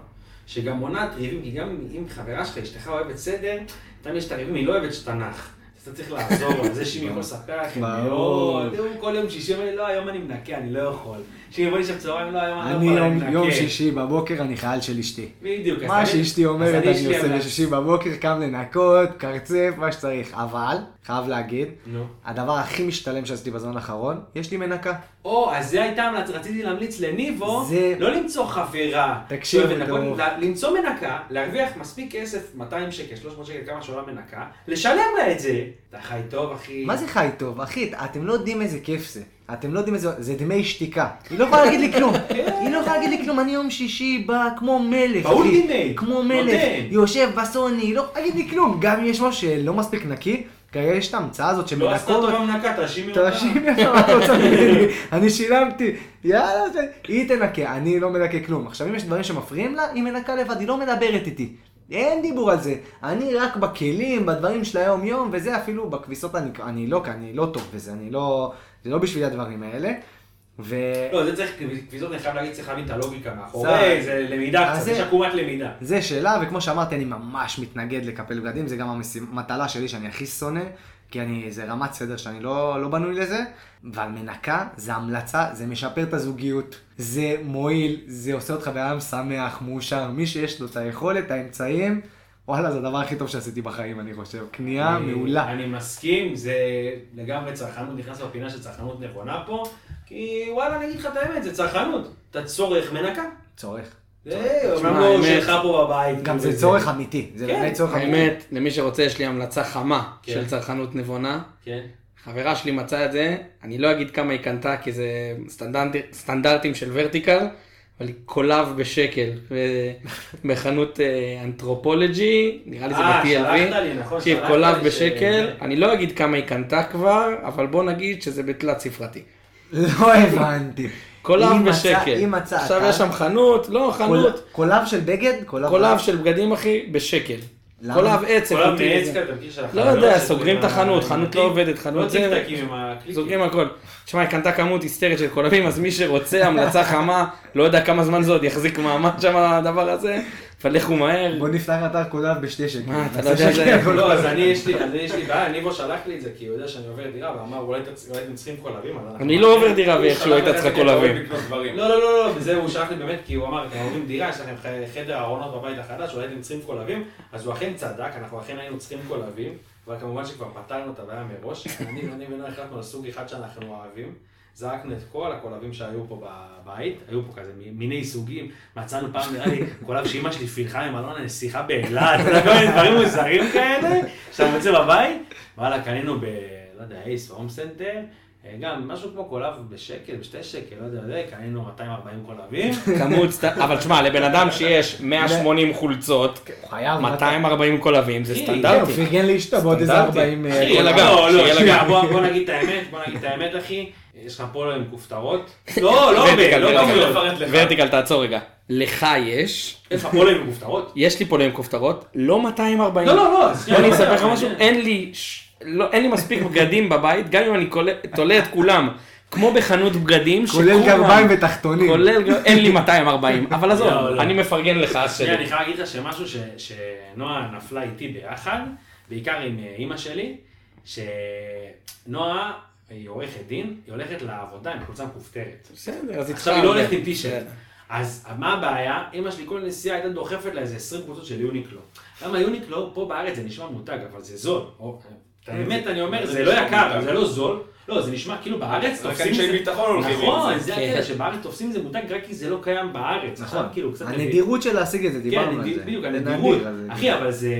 שגם מונעת ריבים, כי גם אם- אם חברה שלך, אשתך אוהבת סדר, תמיד יש את הריבים, היא לא אוהבת שתנ"ך. אז אתה צריך לעזור לו, זה שימי יכול לספר לכם
ברור.
מאוד. הוא כל יום שישי אומר לי, לא, היום אני מנקה, אני לא יכול. שימי בוא נשב צהריים, לא, היום אני לא
אני
יכול, אני
יום-
מנקה.
יום שישי בבוקר, אני חייל של אשתי.
בדיוק. אז
מה
אני-
שאשתי אומרת,
אז
אני
יש לי
עושה
המלצה.
בשישי בבוקר, קם לנקות, קרצף, מה שצריך. אבל, חייב להגיד,
נו.
הדבר הכי משתלם שעשיתי בזמן האחרון, יש לי מנקה.
או, אז זה הייתה המלצה, רציתי להמליץ לניבו,
זה-
לא למצוא חברה.
תקשיב,
אוהבת לנקות,
טוב.
ל- למצוא מנקה, להרוויח מספיק כסף, 200 שקל, 300 שקל, כמה שעולה מנקה, לשלם לה את זה. אתה חי טוב, אחי.
מה זה חי טוב? אחי, אתם לא יודעים איזה כיף זה. אתם לא יודעים איזה... זה דמי שתיקה. היא לא יכולה להגיד לי כלום. היא לא יכולה להגיד לי כלום. אני יום שישי בא כמו מלך. אחי.
באולטימייט.
כמו מלך.
נותן.
יושב בסוני, היא לא יכולה להגיד לי כלום. גם אם יש משהו שלא מספיק נקי, כרגע יש את ההמצאה הזאת
לא עשתה
שמנקות.
טובה מנקה, תאשימי אותה.
תאשימי אותה, מה את רוצה ממני? אני שילמתי, יאללה, זה- היא תנקה, אני לא מנקה כלום. עכשיו, אם יש דברים שמפריעים לה, היא מנקה לבד, היא לא מדברת איתי. אין דיבור על זה. אני רק בכלים, בדברים של היום-יום, וזה אפילו בכביסות אני, אני לא, כי אני לא טוב בזה, אני לא, זה לא בשבילי הדברים האלה. ו...
לא, זה צריך, כביזות, אני חייב להגיד, צריך להבין את הלוגיקה
זה-
מאחורי, זה למידה
אז
קצת,
זה-
יש עקומת למידה.
זה שאלה, וכמו שאמרתי, אני ממש מתנגד לקפל בגדים, זה גם המטלה שלי שאני הכי שונא, כי אני, זה רמת סדר שאני לא, לא בנוי לזה, אבל מנקה זה המלצה, זה משפר את הזוגיות, זה מועיל, זה עושה אותך בן אדם שמח, מאושר, מי שיש לו את היכולת, האמצעים, וואלה, זה הדבר הכי טוב שעשיתי בחיים, אני חושב.
אה,
קנייה
אני-
מעולה.
אני מסכים, זה לגמרי צרכנות, נכנס לפינה של צרכנות נבונה פה, כי וואלה, אני אגיד לך את האמת, זה צרכנות. אתה צורך מנקה.
צורך.
זה אומנם
תשמע,
לא
האמת-
שלך פה בבית.
גם
כאילו,
זה צורך אמיתי, זה
כן,
באמת צורך אמיתי.
האמת, למי שרוצה, יש לי המלצה חמה
כן.
של צרכנות נבונה.
כן.
חברה שלי מצאה את זה, אני לא אגיד כמה היא קנתה, כי זה סטנדרט, סטנדרטים של ורטיקל, אבל היא קולב בשקל, ו- בחנות אה, אנתרופולוגי, נראה לי זה
אה,
ב-TLV.
שלחת לי, נכון,
תקשיב,
שלחת
קולב
לי ש-
בשקל, אני לא אגיד כמה היא קנתה כבר, אבל בוא נגיד שזה בתלת ספרתי.
לא הבנתי. היא
קולב
מצאה-
בשקל.
היא מצאה.
עכשיו
אתה-
יש שם חנות, לא חנות,
קול- קולב של בגד?
קולב של בגדים אחי, בשקל.
למה?
קולב עץ,
כל
איכותי
המעץ
זה.
כזה, אתה מכיר של
לא
החנויות
יודע,
של
סוגרים את
עם
החנות,
ה-
חנות לא עובדת,
לא
חנות זה...
צקצקים עם הקליקים.
זורקים הכל. תשמע, היא קנתה כמות היסטרית של קולבים, אז מי שרוצה המלצה חמה, לא יודע כמה זמן זה עוד יחזיק מעמד שם הדבר הזה, אבל לכו מהר.
בוא נפתח אתר קודף בשתי שקל.
מה, אתה
נעשה
לא יודע
שקל
זה-
כל
לא,
אחד.
אז אני יש לי, אז יש לי בעיה, ניבו שלח לי את זה כי הוא יודע שאני עובר דירה, ואמר אולי תצ- אולי אתם צריכים קולבים. אז אנחנו-
אני לא עובר דירה ואיכשהו היית צריכה כל אביב.
לא, לא, לא, לא, וזה הוא שלח לי באמת, כי הוא אמר, אתם אוהבים דירה, יש לכם ח- חדר ארונות בבית החדש, אולי אתם צריכים קולבים, אז הוא אכן צדק, אנחנו אכן היינו צריכים קולבים, אבל כמובן שכבר פתרנו את הבעיה מראש, אני ואני ונועה החלטנו על סוג אחד שאנחנו אוהבים, זרקנו את כל הקולבים שהיו פה בבית, היו פה כזה מ- מיני סוגים, מצאנו פעם נראה לי קולב שאימא שלי פילחה עם אלונה נסיכה באילת, אתה יודע, כל מיני דברים מוזרים כאלה, שאתה מוצא בבית, וואלה, קנינו ב... לא יודע, אייס והום סנטר, אה, גם משהו כמו קולב בשקל, בשתי שקל, לא יודע, זה, קנינו 240 קולבים.
כמות, סט- אבל תשמע, לבן אדם שיש 180 חולצות,
הוא חייב.
240 קולבים, זה
אחי,
כן,
סטנדרטי.
הוא פרגן לאשתו בעוד איזה
סטנדרטי.
40... אה,
אחי,
כל
אלא
אחד.
גם.
לא, לא,
שיהיה לה
שנייה,
גם.
בוא בוא נגיד את האמת, בוא נגיד את האמת, אחי, יש לך פה עם כופתרות. לא, לא,
ורטיקל,
לא,
ורטיקל.
לא, לפרט לך.
ורטיקל, תעצור רגע. לך יש,
יש לך פה עם כופתרות?
יש לי פה עם כופתרות, לא 240.
לא, לא, לא,
בוא
שנייה,
אני
לא,
אספר לך
לא,
משהו,
לא.
אין לי, ש- לא, אין לי מספיק בגדים בבית, גם אם אני קולה- תולה את כולם, כמו בחנות בגדים,
כולל
שכולם-
גרביים ותחתונים.
כולל, גר- אין לי 240, אבל עזוב,
לא, לא.
אני מפרגן לך אח
שנייה, אני
שלי.
חייב להגיד לך שמשהו ש- שנועה נפלה איתי ביחד, בעיקר עם אה, אימא שלי, שנועה היא עורכת דין, היא הולכת לעבודה עם חולצה מכופתרת.
בסדר, אז
עכשיו היא לא הולכת עם
בסדר.
כן.
טישרט. אז מה הבעיה? אמא שלי כל נסיעה הייתה דוחפת לה איזה 20 קבוצות של יוניקלו. למה יוניקלו, פה בארץ זה נשמע מותג, אבל זה זול. או,
אוקיי.
את האמת, אני אומר, זה לא יקר, זה לא זול. לא, זה נשמע כאילו בארץ
רק
תופסים
אנשי ביטחון הולכים עם
נכון,
זה.
זה
כן.
הקטע, שבארץ תופסים איזה מותג רק כי זה לא קיים בארץ.
נכון.
עכשיו, כאילו, קצת...
נכון, הנדירות של להשיג את זה,
כן,
דיברנו על
הנדיר-
זה.
בדיוק,
זה
הנדירות.
נדיר, אז-
אחי, אבל זה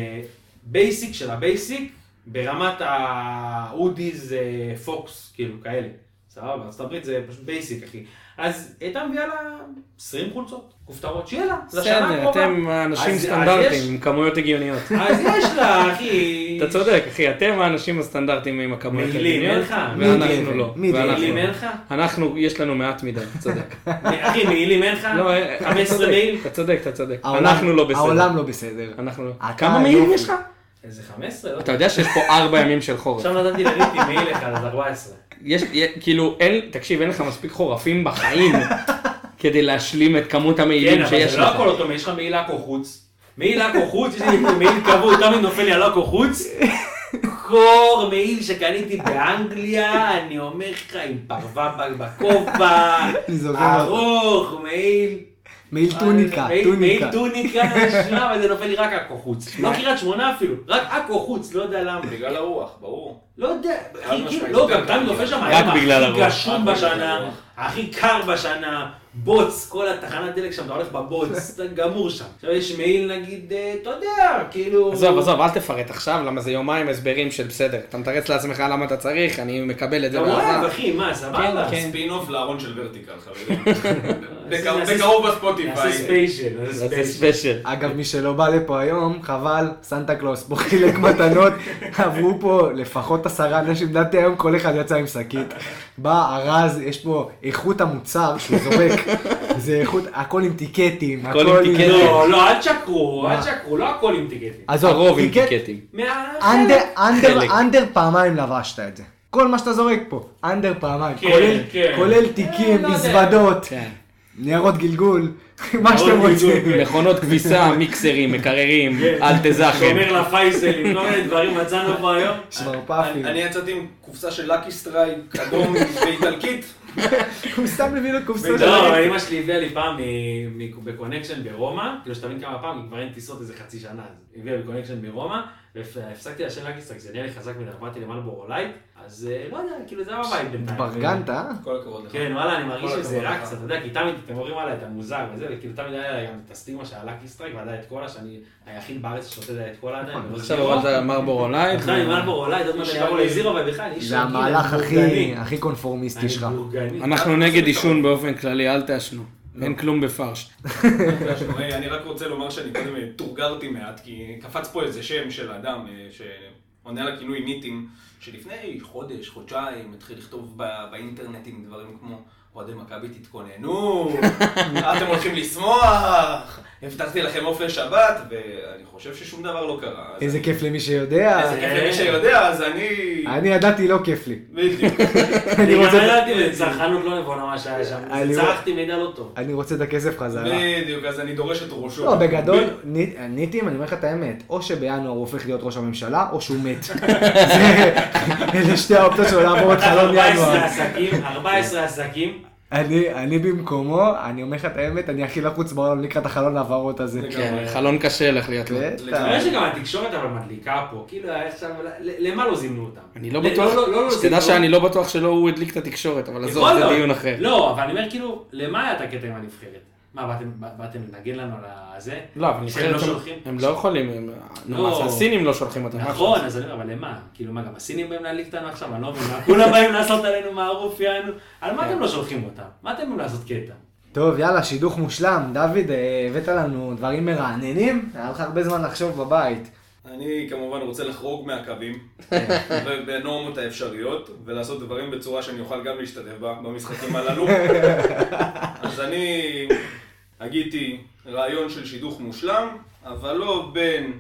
בייסיק של הבייסיק, ברמת האודיז, אה, פוקס, כאילו, כאלה. סבבה, בארצות הברית זה פשוט בייסיק, אחי. אז הייתה מביאה לה 20 חולצות, כופתרות, שיהיה לה, לשנה
בסדר,
הקרובה.
אתם אנשים
אז- אז יש-
סטנדרטים עם כמויות הגיוניות.
אז יש לה, אחי.
אתה צודק, אחי, אתם האנשים הסטנדרטים עם הכמויות
מילים,
הגיוניות,
אין לך.
ואנחנו
מילים,
לא.
מילים.
ואנחנו לא.
מילים אין לך?
אנחנו, יש לנו מעט מדי, צודק.
אחי, מעילים אין לך?
לא, אה, אתה
15
צודק,
מעיל?
אתה צודק, אתה צודק.
העולם-
אנחנו לא בסדר.
העולם לא בסדר.
אנחנו לא.
אתה
כמה מעילים
יופי.
יש לך?
איזה 15? לא יודע.
אתה יודע שיש פה ארבע ימים של חורף.
עכשיו נתתי לריטי מעיל אחד, אז 14.
יש, יה- כאילו, אין, תקשיב, אין לך מספיק חורפים בחיים כדי להשלים את כמות
כן,
המעילים
אבל
שיש
זה לא
לך.
הכל אוטומי, יש לך מעיל עכו חוץ. מעיל עכו חוץ, יש לי מעיל כבוד, תמיד נופל לי על עכו חוץ. קור מעיל שקניתי באנגליה, אני אומר לך, עם פרווה בג- בכובע,
אני זוכר.
ארוך, מעיל...
מעיל טוניקה,
מעיל-
טוניקה.
מעיל טוניקה, נשמע, אבל זה נופל לי רק עכו חוץ. לא קריית שמונה אפילו, רק עכו חוץ, לא יודע למה.
בגלל הרוח, ברור.
לא יודע, אחי,
משמעית,
כאילו, לא,
יותר
גם
קר.
תמיד נופל שם
רק
היום
בגלל
הכי
הרוח.
גשום
רק בגלל
בשנה,
הרוח.
הכי קר בשנה, בוץ, כל התחנת דלק שם, אתה הולך בבוץ, אתה גמור שם. עכשיו יש מעיל נגיד, אה, אתה יודע, כאילו...
עזוב, עזוב, אל תפרט עכשיו, למה זה יומיים הסברים של בסדר. אתה מתרץ לעצמך למה אתה צריך, אני מקבל את זה.
אתה אוהב,
באהבה.
אחי, מה, סבבה?
כן, כן.
ספין אוף לארון של ורטיקל, חברים.
נעשה-
בקרוב- בקרוב
נעשה
בספוטיפיי.
ספיישל, נעשה
זה
ספיישל. לא,
ספיישל.
אגב, מי שלא בא לפה היום, חבל, סנטה קלוס פה חילק מתנות, עברו פה לפחות עשרה אנשים, לדעתי היום כל אחד יצא עם שקית. בא, ארז, יש פה איכות המוצר שהוא זורק, זה איכות, הכל עם טיקטים,
הכל עם
הכל עם...
טיקטים.
לא, לא, אל תשקרו, אל תשקרו, לא הכל עם טיקטים.
אה,
עזוב,
הרוב עם
טיקט-
טיקטים.
מה-
אנדר, אנדר,
חלק.
אנדר פעמיים לבשת את זה. כל מה שאתה זורק פה, אנדר פעמיים,
כן,
כולל-
כן.
כולל תיקים,
אה, לא יודע.
מזוודות,
כן.
ניירות גלגול, מה שאתם
ניירות גלגול,
רוצים.
כן.
מכונות כביסה, מיקסרים, מקררים, אל תזכם.
שומר לפייסלים, כל מיני לא דברים מצאנו פה היום. אה,
שמרפפים.
אני יצאתי עם קופסה של לקי סטרייק, אדום ואיטלקית.
הוא סתם מביא לו קופסה של...
לא, אבל אמא שלי הביאה לי פעם מ- מ- בקונקשן ברומא, כאילו שתבין כמה פעם, כי כבר אין טיסות איזה חצי שנה, אז היא הביאה בקונקשן ברומא, והפסקתי לעשן לגיסטרק, זה נהיה לי חזק מדי, עברתי למלבורו לייט, אז אה, לא יודע, כאילו זה היה בבית בינתיים.
התברגנת, אה?
כל הכבוד לך.
כן, וואלה, אני מרגיש
כל
שזה
הכבוד
רק
לך.
קצת, אתה יודע, כי תמיד אתם אומרים עליי, אתה מוזר וזה, וכאילו תמיד היה לי גם את הסטיגמה של הלאקי סטרייק, ועדיין את קולה, שאני היחיד בארץ ששותה את קולה
נכון,
עדיין. ולא
עכשיו
זירו.
הורדת על מרבורו לייט.
עכשיו עם מלבורו לייט, עוד מעט יעבור לזירו, ובכלל, איש
זה
רגיל,
המהלך
אני
הכי,
בורגני.
הכי קונפורמיסטי
אני
שלך.
בורגני.
אנחנו נגד עישון באופן כללי, אל תעשנו. אין כלום בפרש.
היי, אני רק רוצה לומר שאני קודם אה, תורגרתי מעט, כי קפץ פה איזה שם של אדם אה, שעונה על הכינוי ניטים, שלפני חודש, חודשיים, התחיל לכתוב ב- באינטרנט עם דברים כמו אוהדי מכבי תתכוננו, אתם הולכים לשמוח, הבטחתי לכם אופן שבת, ואני חושב ששום דבר לא קרה. אז
איזה
אני-
כיף למי שיודע.
איזה כיף למי שיודע, אז אני...
אני ידעתי לא כיף לי.
בדיוק.
אני
רוצה-
גם ידעתי, זה צרכנות לא נבונה מה שהיה שם.
אני רואה-
צרכתי מידע לא טוב.
אני רוצה את הכסף חזרה.
בדיוק, אז אני דורש את ראשו.
לא, בגדול, ני- ניטים, אני אומר לך את האמת, או שבינואר הוא הופך להיות ראש הממשלה, או שהוא מת. זה- אלה שתי האופציות שלו לעבור את חלום
14
ינואר.
עסקים, 14 עסקים,
אני, אני במקומו, אני אומר לך את האמת, אני הכי לחוץ בעולם לקראת החלון העברות הזה.
לגמרי.
כן, חלון קשה הולך להיות לו.
בטח.
אני חושב שגם התקשורת אבל מדליקה פה, כאילו עכשיו, ל- למה לא זימנו אותם?
אני לא
ל-
בטוח,
לא- לא- לא
שתדע
זימנו.
שאני לא בטוח שלא הוא הדליק את התקשורת, אבל עזוב,
יכול
זה
להיות.
דיון אחר.
לא, אבל אני אומר כאילו, למה היה את הקטע עם הנבחרת? מה, באתם- באתם לנגן לנו על הזה?
לא, אבל
שהם לא
נבחרת,
שולחים?
הם לא יכולים, הם- נו,
לא.
מה זה, הסינים לא שולחים אותם.
נכון, אז אני אומר, אבל למה? כאילו מה, גם הסינים באים להדליק אותנו עכשיו? אני לא מבין, מה, כולם באים לעשות עלינו מערוף, יענו? על
כן.
מה אתם לא שולחים אותם? מה אתם באים לעשות קטע?
טוב, יאללה, שידוך מושלם. דוד, אה, הבאת לנו דברים מרעננים, היה לך הרבה זמן לחשוב בבית.
אני כמובן רוצה לחרוג מהקווים, בנורמות האפשריות, ולעשות דברים בצורה שאני אוכל גם להשתתף בה במשחקים הללו. אז אני הגיתי רעיון של שידוך מושלם, אבל לא בין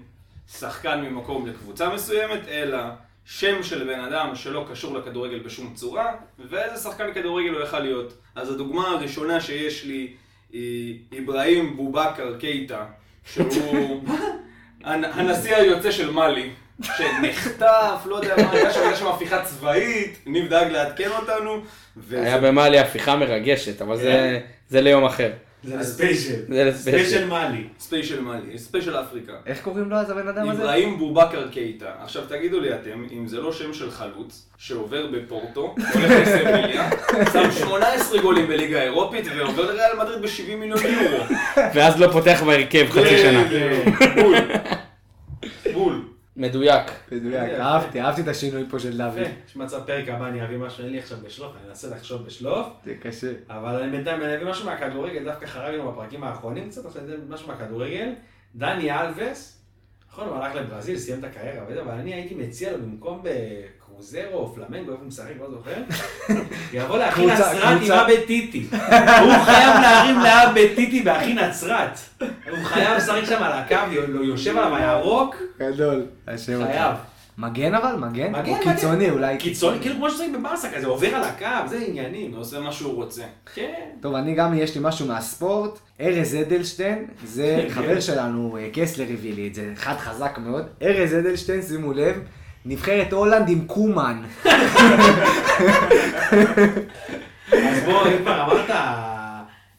שחקן ממקום לקבוצה מסוימת, אלא שם של בן אדם שלא קשור לכדורגל בשום צורה, ואיזה שחקן כדורגל הוא יכל להיות. אז הדוגמה הראשונה שיש לי היא אברהים בובקר קייטה, שהוא הנ- הנשיא היוצא של מאלי, שנחטף, לא יודע מה היה שם, הייתה שם הפיכה צבאית, ניב דאג לעדכן אותנו. וזה-
היה במאלי הפיכה מרגשת, אבל זה-
כן.
זה ליום אחר.
זה ספיישל.
זה לספיישל.
ספיישל מאלי.
ספיישל מאלי, ספיישל אפריקה.
איך קוראים לו אז הבן אדם הזה?
אברהים בובקר קייטה. עכשיו תגידו לי אתם, אם זה לא שם של חלוץ, שעובר בפורטו, הולך לסביליה, שם 18 גולים בליגה האירופית ועובר לריאל מדריד ב-70 מיליון יורו.
ואז לא פותח בהרכב חצי שנה.
זה- בול. בול.
מדויק.
מדויק, אהבתי, אהבתי את השינוי פה של דוד.
יפה, שמצא פרק הבא אני אביא משהו, אין לי עכשיו בשלוף, אני אנסה לחשוב בשלוף.
זה קשה.
אבל אני בינתיים אני אביא משהו מהכדורגל, דווקא חרגנו בפרקים האחרונים קצת, אז אני אביא משהו מהכדורגל. דני אלווס, נכון, הוא הלך לברזיל, סיים את הקריירה, וזה, אבל אני הייתי מציע לו במקום בקרוזרו או פלמנגו, איפה הוא משחק, לא זוכר, יבוא לאחי
קבוצה-
נצרת עם
קבוצה-
אבא טיטי. הוא חייב להרים לאבא טיטי באחי נצרת. הוא חייב לשחק שם על הקו, יושב עליו הירוק,
גדול. השם אותו.
חייב.
מגן אבל? מגן?
מגן,
או
מגן.
קיצוני אולי.
קיצוני, כאילו כמו שצריך בברסה כזה, עובר על הקו, זה עניינים.
הוא עושה מה שהוא רוצה.
כן.
טוב, אני גם, יש לי משהו מהספורט. ארז אדלשטיין,
כן.
זה חבר שלנו, אה, קסלר הביא לי את זה, אחד חזק מאוד. ארז אדלשטיין, שימו לב, נבחרת הולנד עם קומן.
אז בוא, אם כבר אמרת,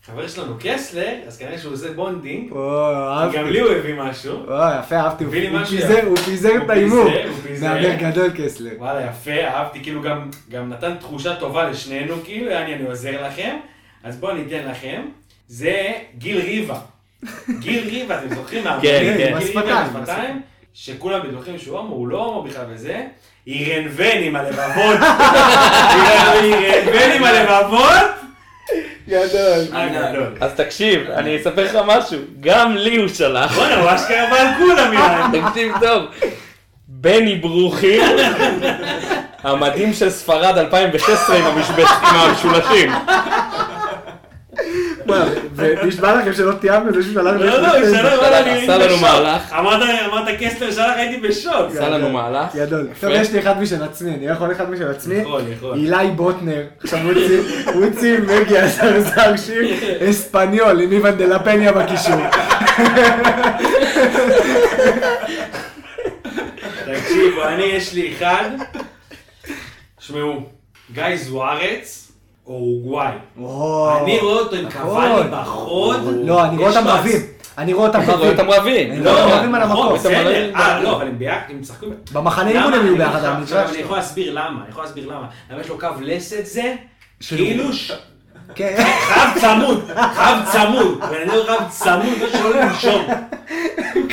חבר שלנו קסלר, אז כנראה שהוא עושה בונדינג.
או, אהבתי.
גם לי הוא הביא משהו.
וואי, יפה, אהבתי. הוא
הביא לי
הוא
משהו.
פיזר- הוא פיזר את
הוא
ההימור.
פיזר, הוא פיזר.
מהמר גדול קסלר.
וואלה, יפה, אהבתי, כאילו גם, גם נתן תחושה טובה לשנינו, כאילו, יעני, אני עוזר לכם. אז בואו ניתן לכם. זה גיל ריבה. גיל ריבה, אתם זוכרים?
כן,
גיל
כן.
ריבה
בשפתיים,
עם השפתיים, שכולם בטוחים שהוא הומו, הוא לא הומו בכלל וזה. אירן ון עם הלבבות. אירן- אירן ון עם הלבבות. אה,
גדול.
הגדול.
אז תקשיב, אני אספר לך משהו, גם לי הוא שלח.
בואנה, הוא אשכרה בא על כולם, יעני.
תקשיב טוב. בני ברוכי, המדים של ספרד 2016 עם המשבש- עם המשולשים.
ונשבע לכם שלא תיאמנו, זה שהוא שלח לי
לא, לא,
את
הוא
זה.
שלח, וואלה, אני
עשה לנו
בשוק.
מהלך.
אמרת, אמרת קסטר שלח, הייתי בשוק.
עשה לנו מהלך.
גדול. טוב, יש לי אחד משל עצמי, אני לא יכול אחד משל עצמי?
יכול, יכול.
אילי בוטנר, עכשיו הוא הוציא- הוא הוציא מגי הזרזר שיר אספניול עם איוון דה לפניה בקישור.
תקשיבו, אני יש לי אחד. שמעו, גיא זוארץ, או אורוגוואי.
וואו.
אני רואה אותו עם
נכון.
קוואלי בחוד.
לא, אני רואה
יש
אותם
לו
רבים. אני רואה אותם
אתה רואה אותם
רבים.
רבים.
הם
לא,
רבים על
נכון,
המקום.
בסדר.
הם
אה,
רבים.
לא, אבל הם ביחד, הם צחקו.
במחנה אימון הם יהיו ביחד על
עכשיו,
המגרש.
אני יכול להסביר למה, אני יכול להסביר למה. למה יש לו קו לסת זה,
של-
כאילו ש-
כן.
רב צמוד, רב צמוד. אבל אני לא רב צמוד, לא שלא לנשום.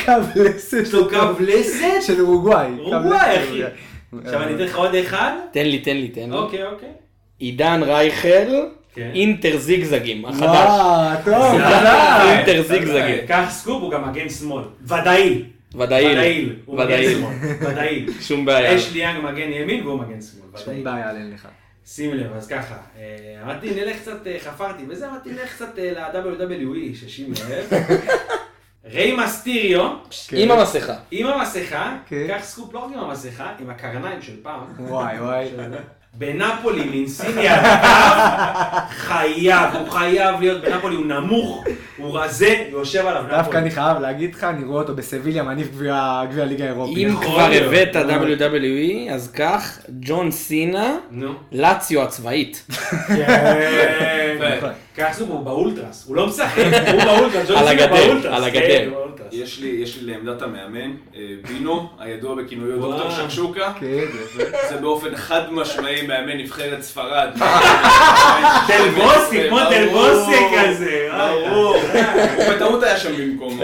קו לסת.
יש לו קו לסת,
של אורוגוואי. קו
אורוגוואי,
לסת.
אחי. עכשיו אני אתן לך עוד אחד.
תן לי, תן לי, תן לי.
אוקיי, אוקיי.
עידן רייכל,
כן.
אינטר זיגזגים, החדש.
וואו, אה, טוב,
יאללה.
תודה.
אינטר זיגזגים.
אה, קח סקופ, הוא גם מגן שמאל. ודאי.
ודאי.
הוא מגן
ודאי.
שמאל. ודאי.
שום בעיה.
אשלי יאנג מגן ימין והוא מגן שמאל.
שום
ודאי.
בעיה, אין לך.
שים לב, אז ככה, אה, אמרתי נלך קצת, אה, חפרתי וזה, אמרתי נלך קצת אה, ל-WWE ששימי אוהב. ריי מסטיריו,
עם המסכה.
עם המסכה,
כן.
קח סקופ לא רק עם המסכה, עם הקרניים של פעם.
וואי וואי.
בנפולי מאינסיני עליו, חייב, הוא חייב להיות בנפולי, הוא נמוך, הוא רזה, יושב עליו
דווקא אני
נפולי.
חייב להגיד לך, אני רואה אותו בסביליה מניף גביע גביע ליגה אירופית.
אם
יכול
כבר
להיות.
הבאת WWE, אז קח ג'ון סינה,
נו.
לאציו הצבאית.
נכון.
ככה הוא באולטרס, הוא לא משחק, הוא באולטרס, ג'ון
על
סינה
הגדר,
באולטרס,
על
כן,
הגדר.
הוא באולטרס.
יש לי, יש לי לעמדת המאמן, אה, בינו, הידוע בכינויו
וואו.
דוקטור שקשוקה.
כן, זה יפה.
זה באופן חד משמעי מאמן נבחרת ספרד.
תל בוסי, כמו תל בוסי כזה, אה,
ברור. הוא בטעות היה שם במקומו.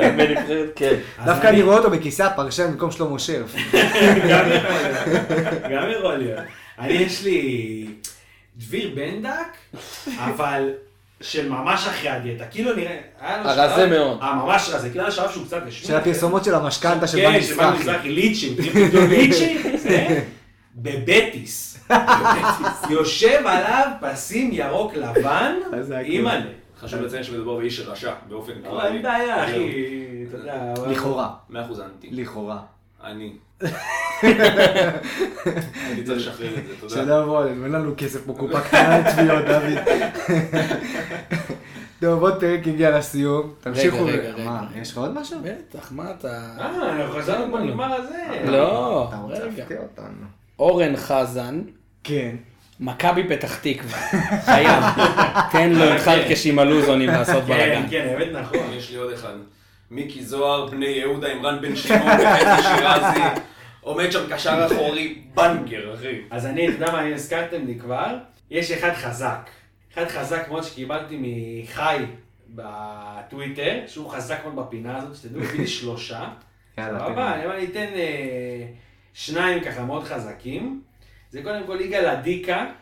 כן.
דווקא אני רואה אותו בכיסא הפרשן במקום שלמה שרף.
גם יכול להיות, גם יכול להיות. אני יש לי דביר בנדק, אבל של ממש אחרי הדיאטה, כאילו נראה, היה לו
הרזה
שלב-
מאוד.
אה, ממש רזה, כאילו היה שלב שהוא קצת השמין.
של הפרסומות של המשכנתה של בן
כן, של בן
מזרחי.
מזרחי, ליצ'ים, פתאום ליצ'ים, זה, בבטיס. בבטיס. יושב עליו פסים ירוק לבן,
חזק.
אימא'לה.
חשוב לציין שמדובר באיש רשע, באופן
אבל
כללי.
לא,
לא-
אין בעיה, אחי,
לא.
אתה יודע. אבל-
לכאורה.
מאה אחוז אנטי.
לכאורה.
אני. אני צריך לשחרר את זה, תודה.
שלא יבוא עלינו, אין לנו כסף פה, קופה קטנה לתביעות, דוד. טוב, עוד פרק הגיע לסיום. תמשיכו.
רגע, רגע. לא,
מה, יש לך עוד משהו?
בטח, מה אתה...
אה, חזרנו כבר נגמר הזה.
לא,
אתה רוצה
רגע.
להפתיע אותנו.
אורן חזן,
כן.
מכבי פתח תקווה, חייב. תן לו את חרקש עם הלוזונים לעשות
כן,
בלאגן.
כן, האמת נכון.
יש לי עוד אחד. מיקי זוהר, בני יהודה עם רן בן שמעון וחצי שירזי. עומד שם קשר אחורי, בנקר, אחי.
אז אני, אתה יודע מה, אם הזכרתם לי כבר, יש אחד חזק. אחד חזק מאוד שקיבלתי מחי בטוויטר, שהוא חזק מאוד בפינה הזאת, שתדעו, הביא לי שלושה.
יאללה, תן
סבבה,
לי.
אני אומר, אני אתן אה, שניים ככה מאוד חזקים. זה קודם כל יגאל אדיקה.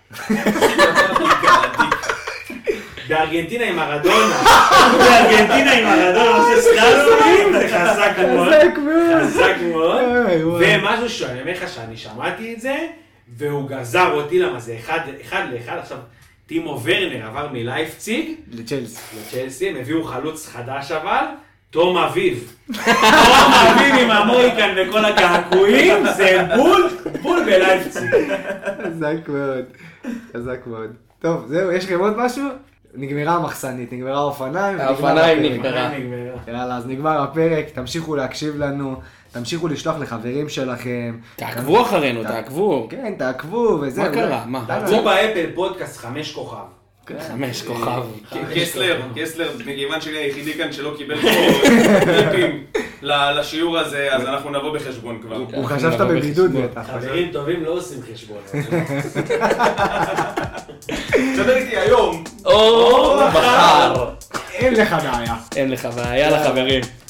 בארגנטינה עם ארדונה. בארגנטינה עם ארדונה, עושה סקארסון, זה חזק מאוד.
חזק מאוד.
חזק מאוד.
אוי, וואי.
ומשהו שאני אומר לך שאני שמעתי את זה, והוא גזר אותי, למה זה אחד אחד לאחד. עכשיו, טימו ורנר עבר מלייפציג.
לצ'לסי.
לצ'לסי, הם הביאו חלוץ חדש אבל, תום אביב. תום אביב עם המוריקן וכל הגעגועים, זה בול, בול בלייפציג.
חזק מאוד, חזק מאוד. טוב, זהו, יש לכם עוד משהו? נגמרה המחסנית, נגמרה האופניים. ונגמר
האופניים
הפרק.
נגמרה.
יאללה, אז נגמר הפרק, תמשיכו להקשיב לנו, תמשיכו לשלוח לחברים שלכם.
תעקבו אחרינו, תעקבו.
כן, תעקבו וזהו.
מה קרה? מה?
די,
הוא באפל פודקאסט חמש כוכב.
חמש כוכב.
קסלר, קסלר, מכיוון שאני היחידי כאן שלא קיבל פה טיפים ל- לשיעור הזה, אז אנחנו נבוא בחשבון כבר.
הוא חשב שאתה
לא
בבידוד
בחשבון.
בטח.
חברים טובים לא עושים חשבון.
תדבר איתי היום.
או, מחר.
אין לך בעיה.
אין לך בעיה לחברים.